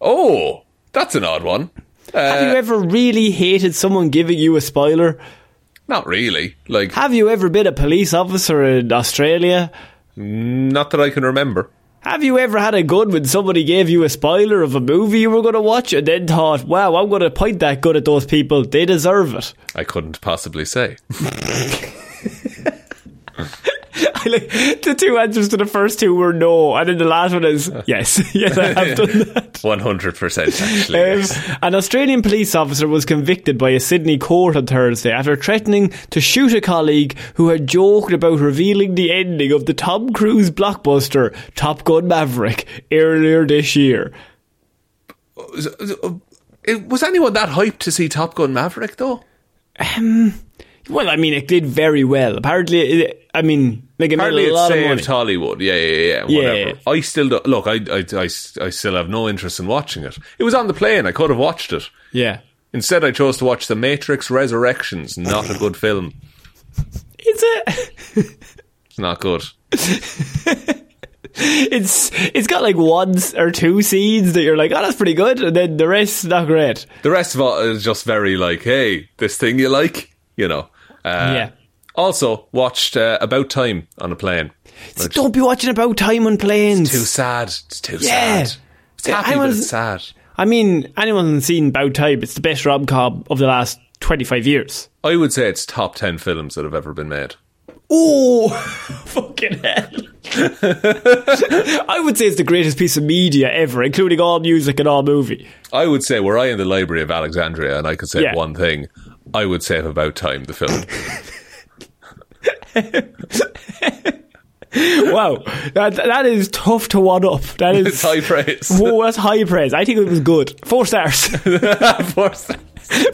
C: Oh, that's an odd one.
A: Have you ever really hated someone giving you a spoiler?
C: Not really. Like,
A: Have you ever been a police officer in Australia?
C: not that I can remember.
A: Have you ever had a gun when somebody gave you a spoiler of a movie you were going to watch and then thought, wow, I'm going to point that gun at those people. They deserve it.
C: I couldn't possibly say.
A: I like, the two answers to the first two were no, and then the last one is yes. yes, I have done that.
C: 100% actually. yes.
A: Um, an Australian police officer was convicted by a Sydney court on Thursday after threatening to shoot a colleague who had joked about revealing the ending of the Tom Cruise blockbuster Top Gun Maverick earlier this year.
C: uh, It- was anyone that hyped to see Top Gun Maverick though?
A: Well, I mean, it did very well. Apparently, it, I mean, like it
C: Apparently,
A: made a
C: it's
A: lot of
C: saved
A: money.
C: Hollywood. Yeah, yeah, yeah. Whatever.
A: Yeah.
C: I still don't, look. I, I, I, I still have no interest in watching it. It was on the plane. I could have watched it.
A: yeah,
C: Instead, I chose to watch The Matrix Resurrections. Not a good film.
A: it's a,
C: It's not good.
A: it's it's got like one s- or two scenes that you're like, oh, that's pretty good, and then the rest not great.
C: The rest of it is just very like, hey, this thing you like, you know. Uh,
A: yeah,
C: Also, watched uh, About Time on a plane.
A: so don't be watching about time on planes.
C: Too sad. It's too
A: Yeah.
C: sad. It's
A: Yeah,
C: happy,
A: I
C: but
A: was-
C: it's sad.
A: I mean, anyone who's seen About Time, it's the best rom com of the last twenty five years.
C: I would say it's top ten films that have ever been made.
A: Oh, fucking hell! I would say it's the greatest piece of media ever, including all music and all movie.
C: I would say, were I in the Library of Alexandria and I could say
A: Yeah.
C: one thing, I would say About Time, the film.
A: wow, that that is tough to one up. That is
C: It's high praise.
A: Whoa, that's high praise. I think it was good. Four stars.
C: Four stars.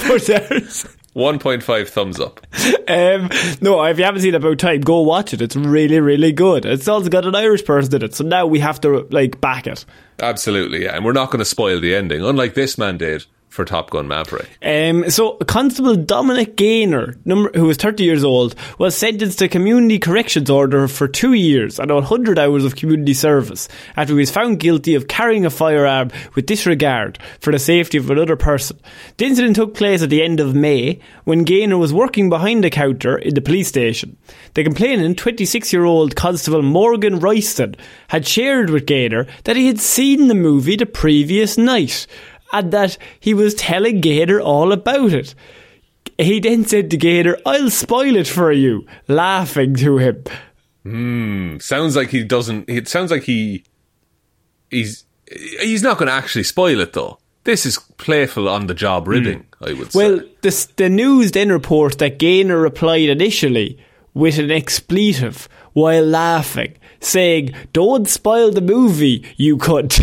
A: Four stars.
C: 1.5 thumbs up.
A: Um, no, if you haven't seen About Time, go watch it. It's really, really good. It's also got an Irish person in it, so now we have to like back it.
C: Absolutely, yeah. And we're not going to spoil the ending, unlike this man did for Top Gun Maverick.
A: Um, so, Constable Dominic Gaynor, number, who was 30 years old, was sentenced to community corrections order for two years and 100 hours of community service after he was found guilty of carrying a firearm with disregard for the safety of another person. The incident took place at the end of May when Gaynor was working behind the counter in the police station. The complainant, 26 year old Constable Morgan Royston, had shared with Gaynor that he had seen the movie the previous night and that he was telling Gator all about it. He then said to Gator, I'll spoil it for you, laughing to him.
C: Sounds like he doesn't. It sounds like he. He's he's not going to actually spoil it though. This is playful on the job ribbing. I would
A: Mm. Well,
C: say.
A: the, the news then reports that Gaynor replied initially with an expletive while laughing, saying, Don't spoil the movie, you cunt.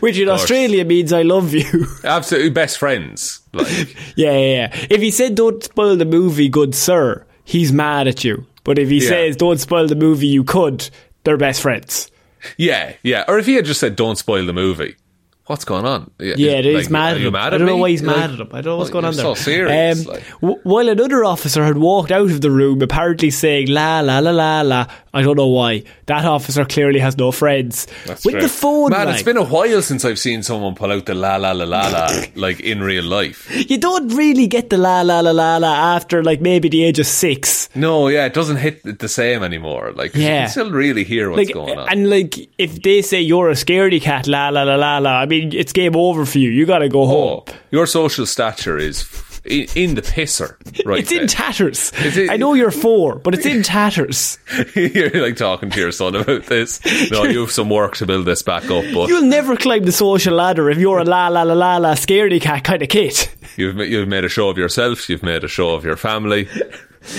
A: Which in
C: course.
A: Australia means I love you.
C: absolutely best friends. Like
A: yeah, yeah, yeah. If he said, Don't spoil the movie, good sir, he's mad at you. But if he
C: Yeah.
A: says, Don't spoil the movie, you could, they're best friends.
C: yeah, yeah. Or if he had just said, "Don't spoil the movie," what's going on?
A: Yeah,
C: like,
A: it is mad
C: Are
A: at
C: you
A: him.
C: mad at
A: I don't know
C: me?
A: why he's mad at
C: Like,
A: him. I don't know what's
C: well,
A: going on
C: you're
A: there.
C: So serious.
A: Um,
C: like.
A: w- while another officer had walked out of the room, apparently saying "la la la la la," I don't know why. That officer clearly has no friends.
C: That's
A: With
C: true.
A: the phone,
C: man.
A: line,
C: It's been a while since I've seen someone pull out the la la la la la like in real life.
A: you don't really get the la la la la la after like maybe the age of six.
C: No, yeah, it doesn't hit the same anymore. Like, 'cause you
A: Yeah.
C: can still really hear what's
A: like,
C: going on.
A: And like, if they say you're a scaredy cat, la la la la la, I mean, it's game over for you. You got to go home.
C: Oh, your social stature is f- in, in the pisser, right?
A: It's in
C: there.
A: tatters.
C: It's in-
A: I know you're four, but it's in tatters.
C: You're like talking to your son about this. No, you have some work to build this back up, but
A: You'll never climb the social ladder if you're a la la la la la scaredy cat kind of kid.
C: you've ma- you've made a show of yourself. You've made a show of your family.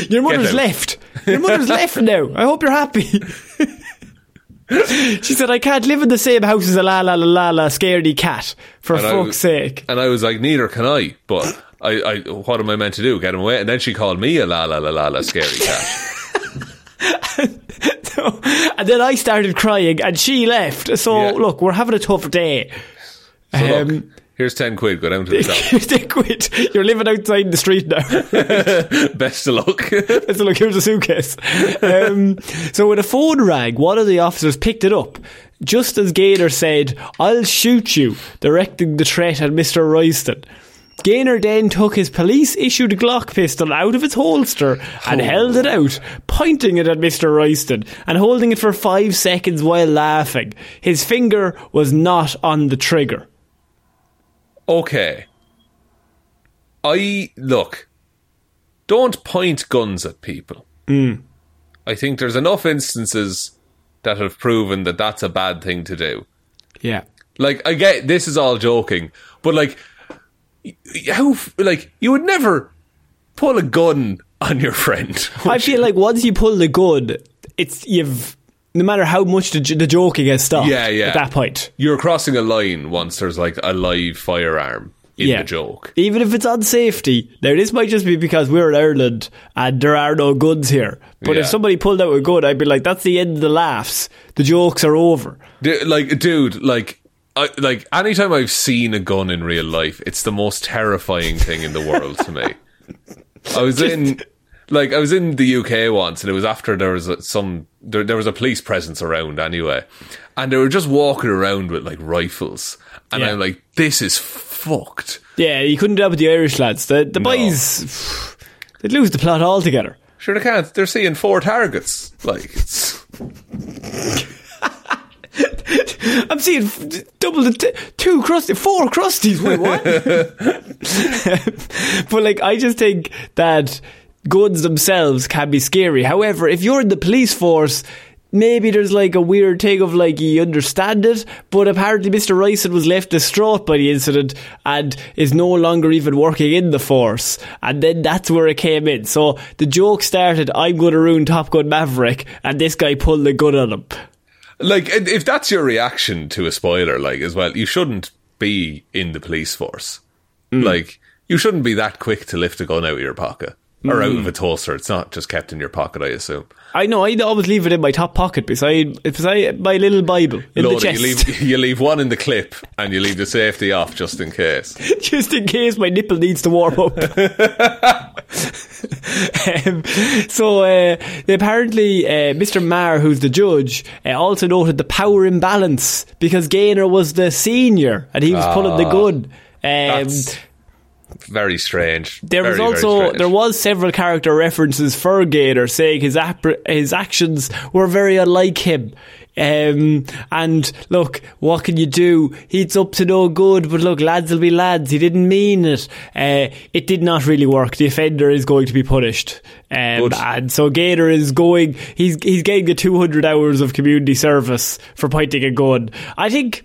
A: Your mother's
C: out.
A: left. Your mother's left now. I hope you're happy. she said, I can't live in the same house as a la la la la la scaredy cat. For
C: And I
A: fuck's
C: was-
A: sake.
C: And I was like, neither can I. But I, I, what am I meant to do? Get him away? And then she called me a la la la la la scary cat.
A: and then I started crying and she left. So
C: Yeah.
A: look, we're having a tough day.
C: So look,
A: Um,
C: here's ten quid. Go down to the shop.
A: they quit. You're living outside the street now.
C: Best of luck.
A: So look, here's a suitcase. Um, so when a phone rang, one of the officers picked it up. Just as Gaynor said, I'll shoot you, directing the threat at Mr. Royston. Gaynor then took his police issued Glock pistol out of its holster and held it out, pointing it at Mr. Royston and holding it for five seconds while laughing. His finger was not on the trigger.
C: okay. I look. Don't point guns at people.
A: Hmm.
C: I think there's enough instances that have proven that that's a bad thing to do.
A: Yeah.
C: Like, I get this is all joking, but like, y- y- how f- like you would never pull a gun on your friend.
A: I feel like once you pull the gun, it's you've no matter how much the, j- the joking has stopped.
C: Yeah, yeah.
A: At that point,
C: You're crossing a line once there's like a live firearm in
A: yeah.
C: the joke.
A: Even if it's on safety, now this might just be because we're in Ireland and there are no guns here. But
C: Yeah.
A: if somebody pulled out a gun, I'd be like, "That's the end of the laughs. The jokes are over."
C: D- like, dude, like. I, like anytime I've seen a gun in real life, it's the most terrifying thing in the world to me. I was in, like, I was in the UK once, and it was after there was a, some there, there was a police presence around anyway, and they were just walking around with like rifles, and
A: Yeah.
C: I'm like, this is fucked.
A: Yeah, you couldn't do that with the Irish lads. The the boys, they'd lose the plot altogether.
C: Sure, they can't. They're seeing four targets. Like, it's,
A: I'm seeing f- double the t- two crusty, four crusties. Wait, what? but like, I just think that guns themselves can be scary. However, if you're in the police force, maybe there's like a weird thing of like you understand it, but apparently Mr. Ryson was left distraught by the incident and is no longer even working in the force. And then that's where it came in. So the joke started, I'm going to ruin Top Gun Maverick, and this guy pulled the gun on him.
C: Like, and if that's your reaction to a spoiler, like, as well, you shouldn't be in the police force.
A: Mm.
C: Like, you shouldn't be that quick to lift a gun out of your pocket or out
A: Mm.
C: of a toaster. It's not just kept in your pocket, I assume.
A: I know, I'd always leave it in my top pocket beside, beside my little Bible in the
C: Lordy,
A: chest.
C: you leave you leave one in the clip and you leave the safety off just in case.
A: just in case my nipple needs to warm up. um, so uh, apparently, uh, Mr. Marr, who's the judge, uh, also noted the power imbalance because Gaynor was the senior and he was pulling the gun. Um,
C: Ah, That's very strange.
A: there
C: Very,
A: was
C: very
A: also
C: strange.
A: there was several character references for Gator saying his appr his actions were very unlike him. Um, and look, what can you do? He's up to no good, but look, lads will be lads. He didn't mean it. Uh, it did not really work. The offender is going to be punished. Um,
C: Good.
A: and so Gator is going, he's, he's getting the 200 hours of community service for pointing a gun. I think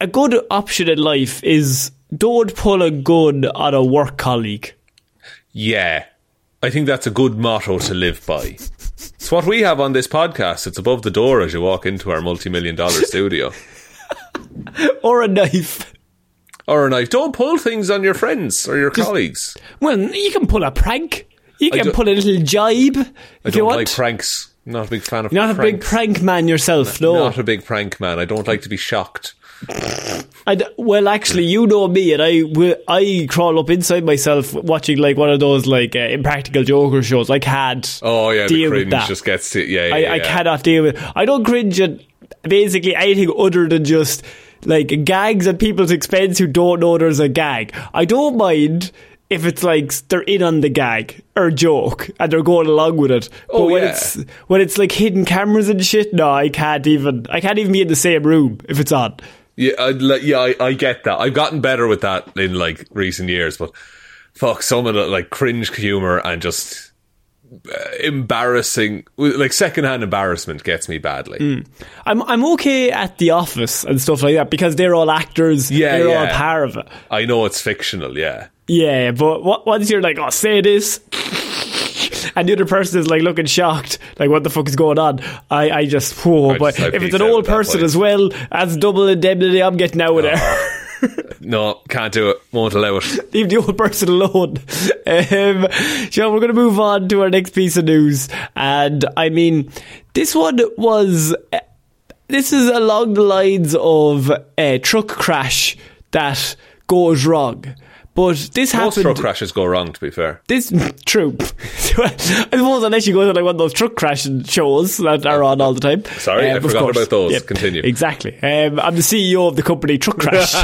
A: a good option in life is don't pull a gun on a work colleague.
C: Yeah. I think that's a good motto to live by. It's what we have on this podcast. It's above the door as you walk into our multi million dollar studio.
A: or a knife.
C: Or a knife. Don't pull things on your friends or your colleagues.
A: Well, you can pull a prank. You
C: I
A: can
C: don't-
A: pull a little jibe
C: I
A: if you
C: don't
A: want.
C: like pranks. I'm not a big fan of
A: You're not
C: pranks.
A: a big prank man yourself, no.
C: Not a big prank man. I don't like to be shocked.
A: I d- well, actually, you know me, and I will- I crawl up inside myself watching like one of those like uh, impractical Joker shows. I can't.
C: Oh yeah,
A: deal
C: the
A: with that.
C: cringe just gets to yeah. yeah
A: I, I
C: yeah.
A: cannot deal with. I don't cringe at basically anything other than just like gags at people's expense who don't know there's a gag. I don't mind if it's like they're in on the gag or joke and they're going along with it. But
C: Oh,
A: when
C: yeah.
A: it's when it's like hidden cameras and shit, no, I can't even. I can't even be in the same room if it's on.
C: Yeah, I, like, yeah, I, I get that. I've gotten better with that in like recent years, but fuck, some of the like cringe humor and just uh, embarrassing, like secondhand embarrassment gets me badly.
A: Hmm. I'm I'm okay at the office and stuff like that because they're all actors.
C: Yeah,
A: they're all
C: yeah.
A: part of it.
C: I know it's fictional, yeah.
A: Yeah, but wha- once you're like, oh, say this, and the other person is like looking shocked, like, what the fuck is going on? I, I just, whoa,
C: I
A: but
C: just- I
A: if it's
C: peaked
A: an
C: out
A: old
C: at that
A: person
C: point.
A: as well, that's double indemnity I'm getting out of there.
C: No, can't do it. Won't allow it.
A: Leave the old person alone. Um, Sean, we're going to move on to our next piece of news. And I mean, this one was. uh, This is along the lines of a truck crash that goes wrong. But this
C: Most
A: happened.
C: truck crashes go wrong, to be fair.
A: This true. I suppose unless you go to like one of those truck crashing shows that are on all the time. Um,
C: Sorry, I
A: of
C: forgot
A: course.
C: about those. Continue.
A: Exactly. Um, I'm the CEO of the company Truck Crash.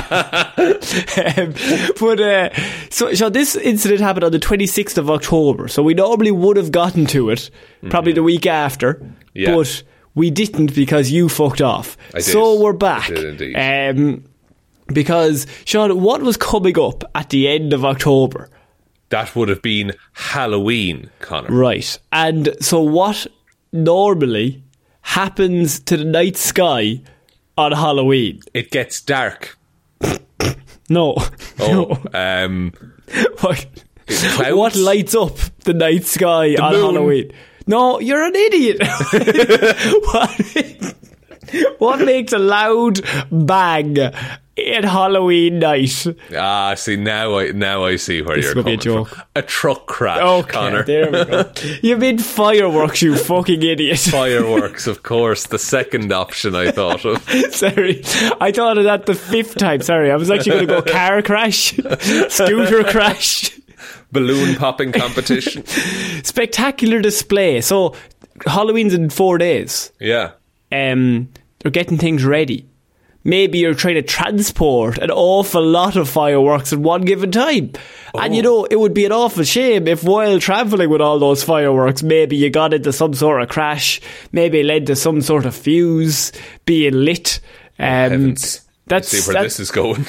A: um, but uh, so, so this incident happened on the 26th of October. So we normally would have gotten to it probably the week after,
C: Mm-hmm. Yeah.
A: but we didn't because you fucked off.
C: I did.
A: So we're
C: I
A: back.
C: did indeed.
A: Um, because Sean, what was coming up at the end of October?
C: That would have been Halloween, Connor.
A: Right. And so what normally happens to the night sky on Halloween?
C: It gets dark.
A: No.
C: Oh, um,
A: what,
C: clouds?
A: what lights up the night sky on
C: moon.
A: Halloween? No, you're an idiot. what, what makes a loud bang at Halloween night?
C: Ah, see now I now I see where you're
A: could be
C: coming
A: a joke.
C: from. A truck crash,
A: Okay,
C: Oh, Connor.
A: there we go. You mean fireworks, you fucking idiot.
C: Fireworks, of course, the second option I thought of.
A: Sorry, I thought of that the fifth time. Sorry, I was actually going to go car crash, scooter crash,
C: Balloon popping competition.
A: spectacular display. So Halloween's in four days.
C: Yeah.
A: Um, they're getting things ready. Maybe you're trying to transport an awful lot of fireworks at one given time. And you know, it would be an awful shame if while travelling with all those fireworks, maybe you got into some sort of crash, maybe it led to some sort of fuse being lit. Um,
C: Heavens.
A: That's,
C: see where
A: that's
C: this is going.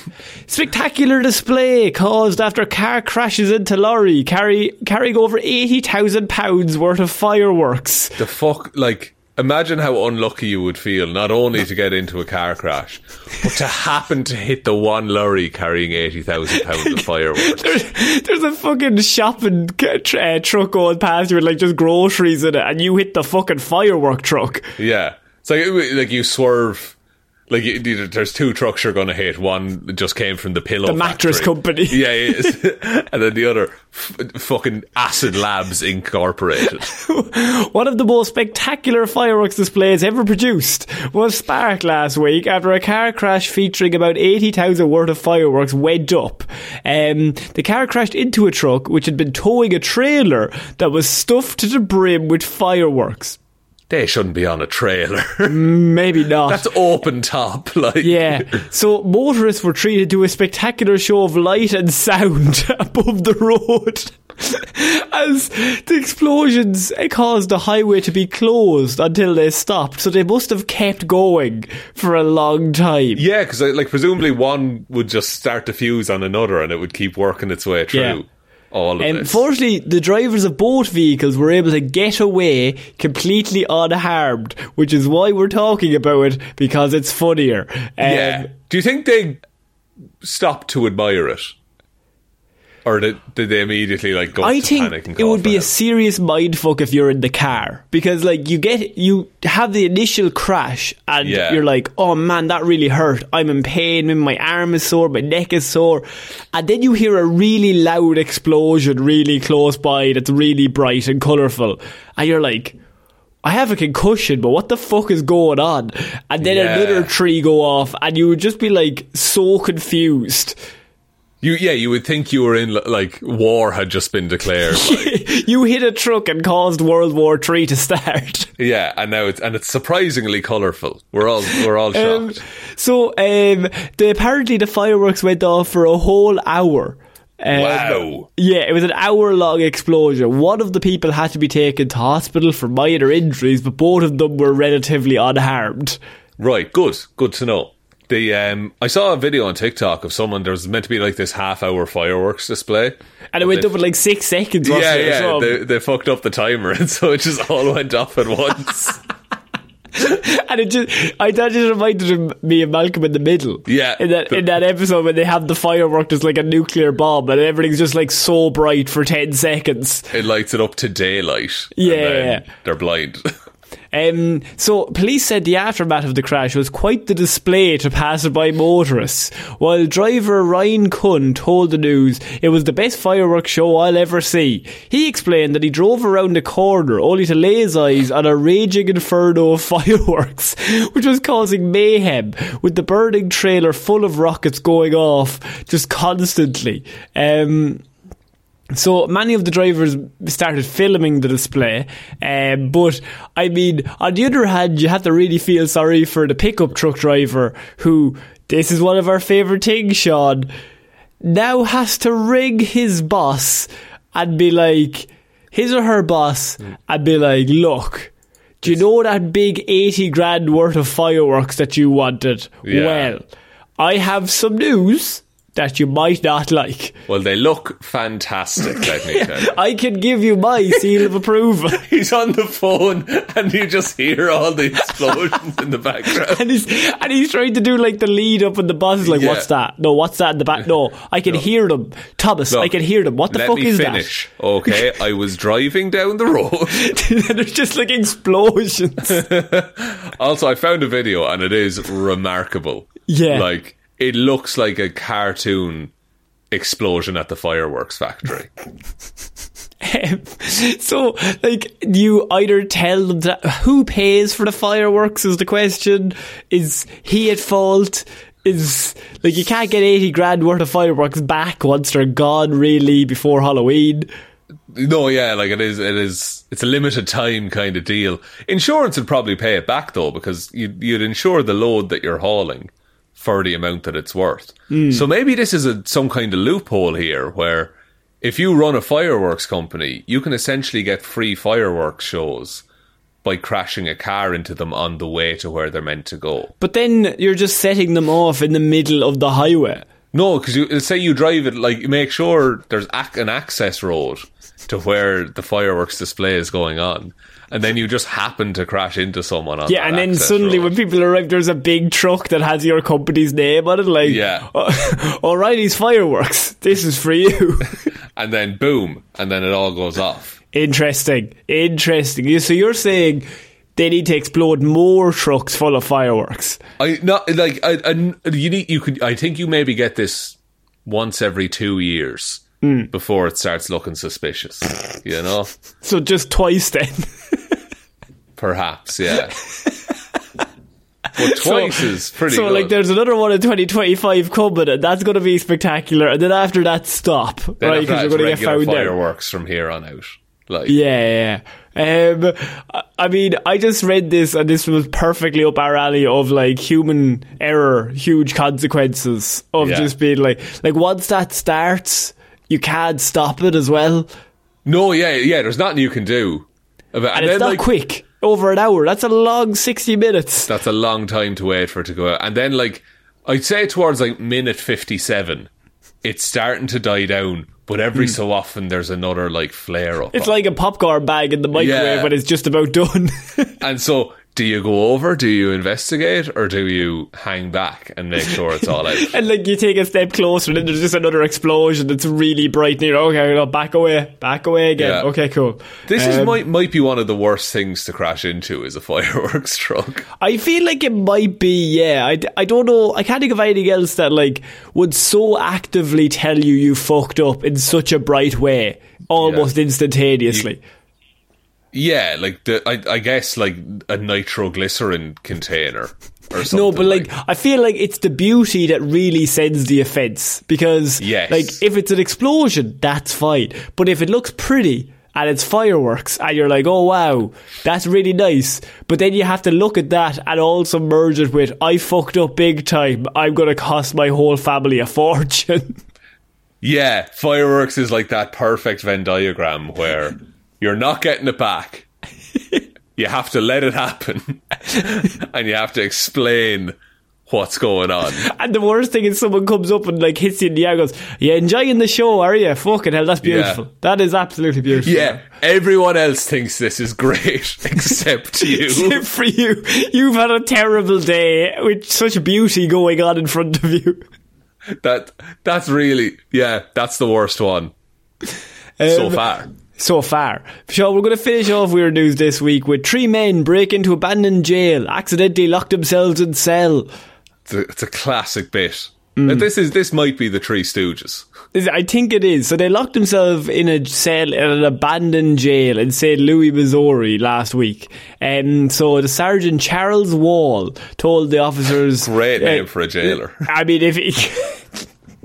A: Spectacular display caused after car crashes into lorry, carry, carrying over £80,000 worth of fireworks.
C: The fuck like Imagine how unlucky you would feel not only to get into a car crash, but to happen to hit the one lorry carrying eighty thousand pounds of fireworks.
A: There's, there's a fucking shopping ca- tr- uh, truck going past you with like just groceries in it, and you hit the fucking firework truck.
C: Yeah, it's like like you swerve. Like you, you- there's two trucks you're going to hit. One just came from the pillow,
A: The mattress
C: factory.
A: company.
C: Yeah, yeah. and then the other, f- fucking Acid Labs Incorporated.
A: One of the most spectacular fireworks displays ever produced was sparked last week after a car crash featuring about 80,000 worth of fireworks wedged up. Um, the car crashed into a truck which had been towing a trailer that was stuffed to the brim with fireworks.
C: They shouldn't be on a trailer.
A: Maybe not.
C: That's open top. Like
A: yeah. So motorists were treated to a spectacular show of light and sound above the road. As the explosions caused the highway to be closed until they stopped, so they must have kept going for a long time.
C: Yeah, because like presumably one would just start to fuse on another, and it would keep working its way through
A: Yeah.
C: all of
A: Um,
C: this.
A: fortunately, the drivers of both vehicles were able to get away completely unharmed, which is why we're talking about it because it's funnier. Um,
C: yeah. Do you think they stopped to admire it, or did, did they immediately like go?
A: I
C: to
A: think
C: panic and
A: it
C: call
A: would
C: for
A: be a
C: help?
A: serious mindfuck if you're in the car because like you get you have the initial crash and
C: Yeah.
A: you're like, oh man, that really hurt. I'm in pain. Maybe my arm is sore. My neck is sore. And then you hear a really loud explosion really close by that's really bright and colourful, and you're like. I have a concussion, but what the fuck is going on? And then
C: Yeah.
A: another tree go off, and you would just be like so confused.
C: you. Yeah, you would think you were in li- like war had just been declared. like.
A: You hit a truck and caused World War Three to start.
C: yeah, and now it's and it's surprisingly colourful. We're all we're all shocked.
A: So um, the, apparently the fireworks went off for a whole hour. Um,
C: wow.
A: Yeah, it was an hour long explosion. One of the people had to be taken to hospital for minor injuries, but both of them were relatively unharmed.
C: Right, good, good to know. The um, I saw a video on TikTok of someone. There was meant to be like this half-hour fireworks display,
A: And it
C: But
A: went
C: they-
A: up in like six seconds. wasn't
C: Yeah,
A: it, or
C: yeah.
A: something?
C: They, they fucked up the timer, and so it just all went off at once.
A: and it just, I that just reminded of me of Malcolm in the Middle.
C: Yeah.
A: in that in that episode when they have the firework that's like a nuclear bomb, and everything's just like so bright for ten seconds.
C: it lights it up to daylight. and
A: Yeah.
C: then they're blind.
A: Um, so, police said the aftermath of the crash was quite the display to passerby motorists. While driver Ryan Kuhn told the news, it was the best fireworks show I'll ever see. He explained that he drove around a corner only to lay his eyes on a raging inferno of fireworks, which was causing mayhem, with the burning trailer full of rockets going off just constantly. Um, so many of the drivers started filming the display, um, but I mean, on the other hand, you have to really feel sorry for the pickup truck driver who, this is one of our favourite things, Sean, now has to ring his boss and be like, his or her boss, and be like, look, do you know that big 80 grand worth of fireworks that you wanted?
C: Yeah.
A: Well, I have some news that you might not like.
C: well, they look fantastic. Let me tell you.
A: I can give you my seal of approval.
C: He's on the phone, and you just hear all the explosions in the background.
A: And he's and he's trying to do like the lead up, and the boss is like,
C: Yeah.
A: "What's that? No, what's that in the back? No, I can hear them, Thomas. I
C: Look,
A: can hear them. What the
C: let
A: fuck
C: me
A: is
C: finish. Okay, I was driving down the road.
A: that?" There's just like explosions.
C: Also, I found a video and it is remarkable.
A: Yeah.
C: Like, it looks like a cartoon explosion at the fireworks factory.
A: Um, so, like, do you either tell them that who pays for the fireworks is the question. Is he at fault? Is like you can't get eighty grand worth of fireworks back once they're gone, really, before Halloween.
C: no, yeah, like it is, it is, it's a limited time kind of deal. Insurance would probably pay it back though, because you'd, you'd insure the load that you're hauling for the amount that it's worth. So maybe this is a, some kind of loophole here where if you run a fireworks company, you can essentially get free fireworks shows by crashing a car into them on the way to where they're meant to go.
A: But then you're just setting them off in the middle of the highway.
C: No, because you say you drive it like make sure there's ac- an access road to where the fireworks display is going on, and then you just happen to crash into someone on
A: Yeah,
C: that
A: and then
C: access
A: suddenly
C: road.
A: when people arrive, there's a big truck that has your company's name on it. Like,
C: Yeah.
A: "Oh, O'Reilly's fireworks. This is for you.
C: and then boom, and then it all goes off.
A: interesting, interesting. You- So you're saying they need to explode more trucks full of fireworks?
C: I not like I, I you need you could I think you maybe get this once every two years
A: Hmm.
C: before it starts looking suspicious. you know,
A: So just twice then.
C: perhaps yeah. But twice is pretty.
A: so
C: good.
A: like, there's another one in 2025 coming, and that's going to be spectacular. And then after that, stop,
C: Then
A: right?
C: after that,
A: Because you're
C: it's
A: going to get
C: regular
A: found out.
C: fireworks from here on out. Like
A: Yeah. Um, I- I mean, I just read this, and this was perfectly up our alley of like human error, huge consequences of
C: Yeah.
A: just being like, like once that starts, you can't stop it as well,
C: no, yeah, yeah. There's nothing you can do. About,
A: and, it's not quick. Over an hour, that's a long sixty minutes.
C: That's a long time to wait for it to go out. And then, like, I'd say towards like minute 57, it's starting to die down, but every so often there's another like flare up.
A: Hmm. It's like a popcorn bag in the microwave
C: Yeah.
A: when it's just about done.
C: and so, do you go over? Do you investigate? Or do you hang back and make sure it's all out?
A: And like you take a step closer, and then there's just another explosion that's really bright. And you're okay, no, back away, back away again.
C: Yeah.
A: Okay, cool.
C: This is
A: Um,
C: might might be one of the worst things to crash into is a fireworks truck.
A: I feel like it might be, yeah. I, d- I don't know. I can't think of anything else that, like, would so actively tell you you fucked up in such a bright way, almost instantaneously.
C: Yeah, like the I, I guess like a nitroglycerin container or something.
A: no, but, like, I feel like it's the beauty that really sends the offense. Because,
C: Yes.
A: like, if it's an explosion, that's fine. But if it looks pretty and it's fireworks and you're like, oh, wow, that's really nice. But then you have to look at that and also merge it with, I fucked up big time. I'm going to cost my whole family a fortune.
C: Yeah, fireworks is like that perfect Venn diagram where you're not getting it back. You have to let it happen. and you have to explain what's going on.
A: And the worst thing is someone comes up and like hits you in the eye and goes, Yeah, enjoying the show, are you? Fucking hell, that's beautiful.
C: Yeah.
A: That is absolutely beautiful.
C: Yeah, everyone else thinks this is great except you.
A: Except for you. You've had a terrible day with such beauty going on in front of you.
C: That that's really yeah, that's the worst one so
A: Um,
C: far.
A: So far. Sean, we're going to finish off Weird News this week with three men break into abandoned jail, accidentally lock themselves in cell.
C: It's a, it's a classic bit.
A: Mm.
C: Now, This is this might be the Three Stooges.
A: Is- I think it is. So they locked themselves in a cell in an abandoned jail in St. Louis, Missouri last week. And so the Sergeant Charles Wall told the officers.
C: Great
A: uh,
C: name for a jailer.
A: I mean, if. He,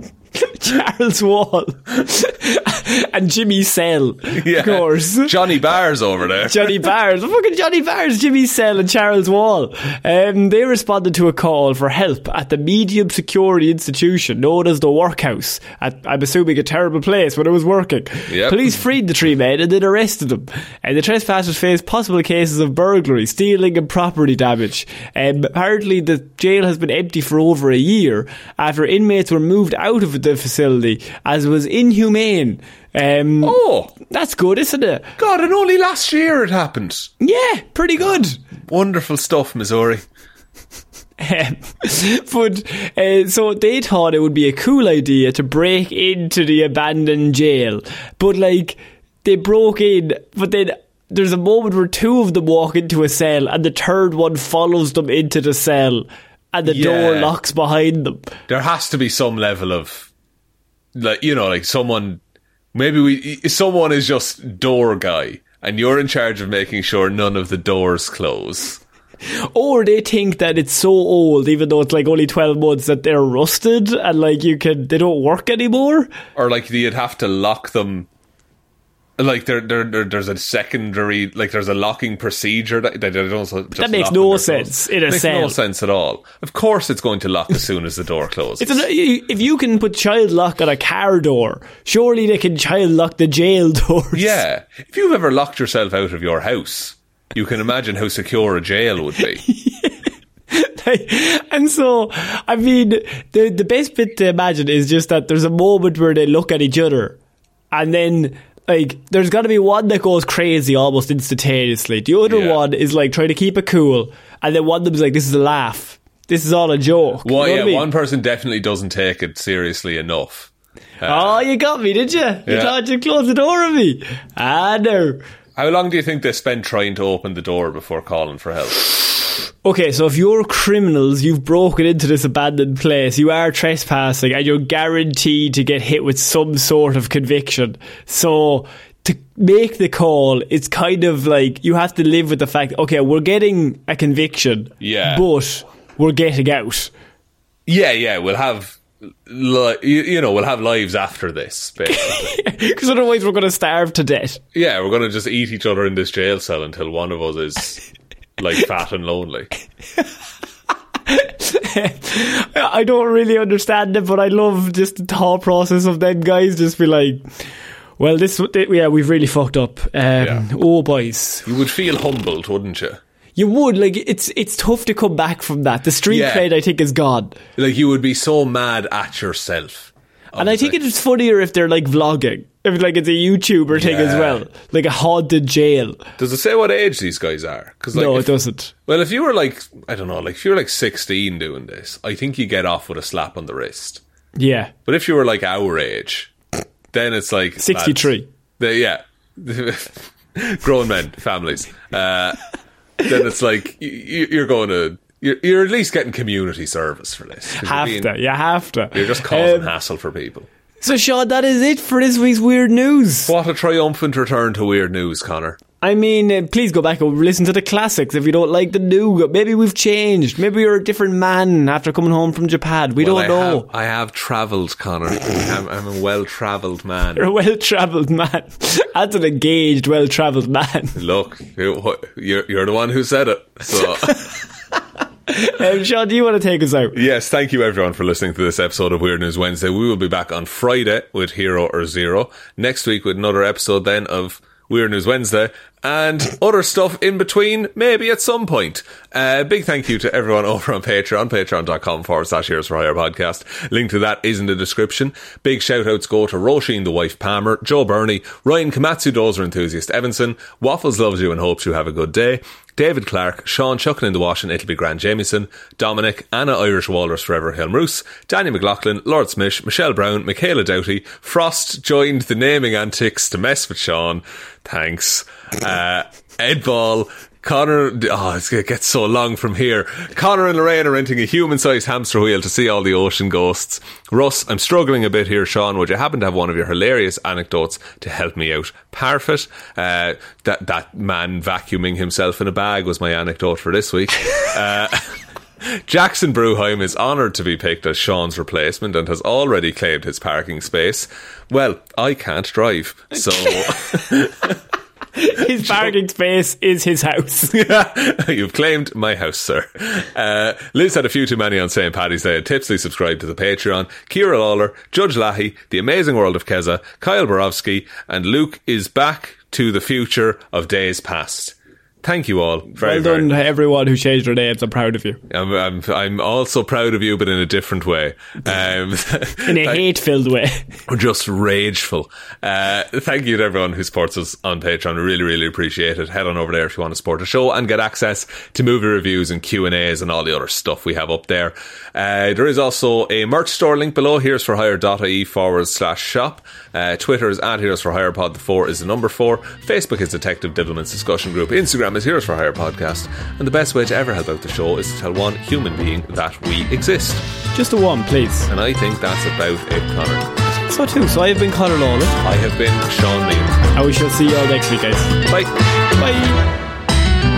A: Charles Wall. and Jimmy Cell,
C: Yeah.
A: of course.
C: Johnny Barr's over there.
A: Johnny Bars, fucking Johnny Bars, Jimmy Sell, and Charles Wall. Um, they responded to a call for help at the medium security institution known as the Workhouse. At, I'm assuming a terrible place when it was working.
C: Yep.
A: Police freed the three men and then arrested them. And the trespassers faced possible cases of burglary, stealing, and property damage. Um, apparently, the jail has been empty for over a year after inmates were moved out of the facility as it was inhumane. Um,
C: Oh,
A: That's good, isn't it?
C: God, and only last year it happened.
A: Yeah, pretty good.
C: Wonderful stuff, Missouri.
A: Um, but uh, so they thought it would be a cool idea to break into the abandoned jail, but like they broke in, but then there's a moment where two of them walk into a cell and the third one follows them into the cell, and the door
C: Yeah.
A: locks behind them.
C: There has to be some level of, like you know, like someone. Maybe we someone is just door guy, and you're in charge of making sure none of the doors close.
A: Or they think that it's so old, even though it's like only twelve months, that they're rusted and like you can they don't work anymore.
C: Or like you'd have to lock them. Like there, there, there there's a secondary, like there's a locking procedure that that, they don't so- just
A: That makes
C: lock
A: no
C: when they're
A: sense
C: closed.
A: in a
C: makes no
A: cell.
C: sense at all. Of course, it's going to lock as soon as the door closes.
A: It's an, if you can put child lock on a car door, surely they can child lock the jail doors.
C: Yeah. If you've ever locked yourself out of your house, you can imagine how secure a jail would be.
A: and so, I mean, the the best bit to imagine is just that there's a moment where they look at each other, and then like there's got to be one that goes crazy almost instantaneously. The other
C: Yeah.
A: one is like trying to keep it cool, and then one of them's like, "This is a laugh. This is all a joke." You
C: Well,
A: know
C: yeah,
A: what I mean?
C: one person definitely doesn't take it seriously enough.
A: Oh, you got me, did you? You
C: Yeah.
A: thought you'd close the door on me. Ah, no.
C: How long do you think they spend trying to open the door before calling for help?
A: Okay, so if you're criminals, you've broken into this abandoned place, you are trespassing, and you're guaranteed to get hit with some sort of conviction. So to make the call, it's kind of like you have to live with the fact, okay, we're getting a conviction,
C: Yeah.
A: but we're getting out.
C: Yeah, yeah, we'll have, li- you, you know, we'll have lives after this. Basically.
A: Because otherwise, we're going to starve to death.
C: yeah, we're gonna just eat each other in this jail cell until one of us is like fat and lonely.
A: I don't really understand it, but I love just the thought process of them guys just be like, well, this, yeah, we've really fucked up. Um, Oh, boys.
C: You would feel humbled, wouldn't you?
A: You would, like, it's it's tough to come back from that. The street
C: Yeah.
A: cred, I think, is gone.
C: Like you would be so mad at yourself.
A: And I think it's funnier if they're, like, vlogging. If, like, it's a YouTuber thing as
C: Yeah.
A: well. Like a haunted jail.
C: Does it say what age these guys are? 'Cause, like,
A: no,
C: if-
A: it doesn't.
C: Well, if you were like, I don't know, like if you were like 16 doing this, I think you get off with a slap on the wrist.
A: Yeah.
C: But if you were like our age, then it's like lads,
A: 63.
C: they- yeah, grown men, families. Uh, then it's like you, you're going to you're, you're at least getting community service for this. 'Cause you're
A: Have
C: being-
A: to. You have to.
C: You're just causing
A: Um,
C: hassle for people.
A: So, Sean, that is it for this week's Weird News.
C: What a triumphant return to weird news, Connor.
A: I mean, uh, please go back and listen to the classics if you don't like the new. Maybe we've changed. Maybe you're a different man after coming home from Japan. We
C: Well,
A: don't
C: I
A: know.
C: Have, I have travelled, Connor. I'm, I'm a well-travelled man.
A: You're a well-travelled man. That's an engaged, well-travelled man.
C: Look, you- you're, you're the one who said it. So.
A: Um, Sean, do you want to take us out?
C: Yes, thank you everyone for listening to this episode of Weird News Wednesday. We will be back on Friday with Hero or Zero. Next week with another episode then of Weird News Wednesday and other stuff in between, maybe at some point. Uh, big thank you to everyone over on Patreon, patreon.com forward slash Heroes for Hire podcast. Link to that is in the description. Big shout outs go to Roisin the Wife Palmer, Joe Burney, Ryan Komatsu Dozer Enthusiast Evanson, Waffles loves you and hopes you have a good day. David Clark, Sean Chuckin in the Wash and It'll Be Grand Jamieson, Dominic, Anna Irish Walrus Forever Hill Moose, Danny McLaughlin, Lord Smish, Michelle Brown, Michaela Doughty, Frost joined the naming antics to mess with Sean. Thanks. Uh, Ed Ball, Connor, oh, it's going to get so long from here. Connor and Lorraine are renting a human sized hamster wheel to see all the ocean ghosts. Russ, I'm struggling a bit here, Sean. Would you happen to have one of your hilarious anecdotes to help me out? Parfit, uh, that, that man vacuuming himself in a bag was my anecdote for this week. Jackson Bruheim is honoured to be picked as Sean's replacement and has already claimed his parking space. Well, I can't drive, so.
A: His parking space is his house.
C: You've claimed my house, sir. Uh, Liz had a few too many on St. Paddy's Day. Tipsley subscribed to the Patreon. Kira Lawler, Judge Lahey, The Amazing World of Keza, Kyle Borowski, and Luke is back to the future of days past. Thank you all very
A: well done
C: very.
A: to everyone who changed their names. I'm proud of you.
C: I'm, I'm, I'm also proud of you, but in a different way. Um,
A: In a hate-filled way.
C: we're just rageful. Uh, thank you to everyone who supports us on Patreon. We Really, really appreciate it. Head on over there if you want to support the show and get access to movie reviews and Q and A's and all the other stuff we have up there. Uh, there is also a merch store link below. Here's for hire.ie forward slash shop. Uh, Twitter is at Heroes for Hire Pod. The four is the number four. Facebook is Detective Divilments Discussion Group. Instagram is Heroes for Hire Podcast. And the best way to ever help out the show is to tell one human being that we exist.
A: Just a one, please.
C: And I think that's about it, Connor.
A: So too. So I have been Conor Lawler,
C: I have been Sean Liam.
A: and we shall see you all next week, guys.
C: Bye.
A: Bye.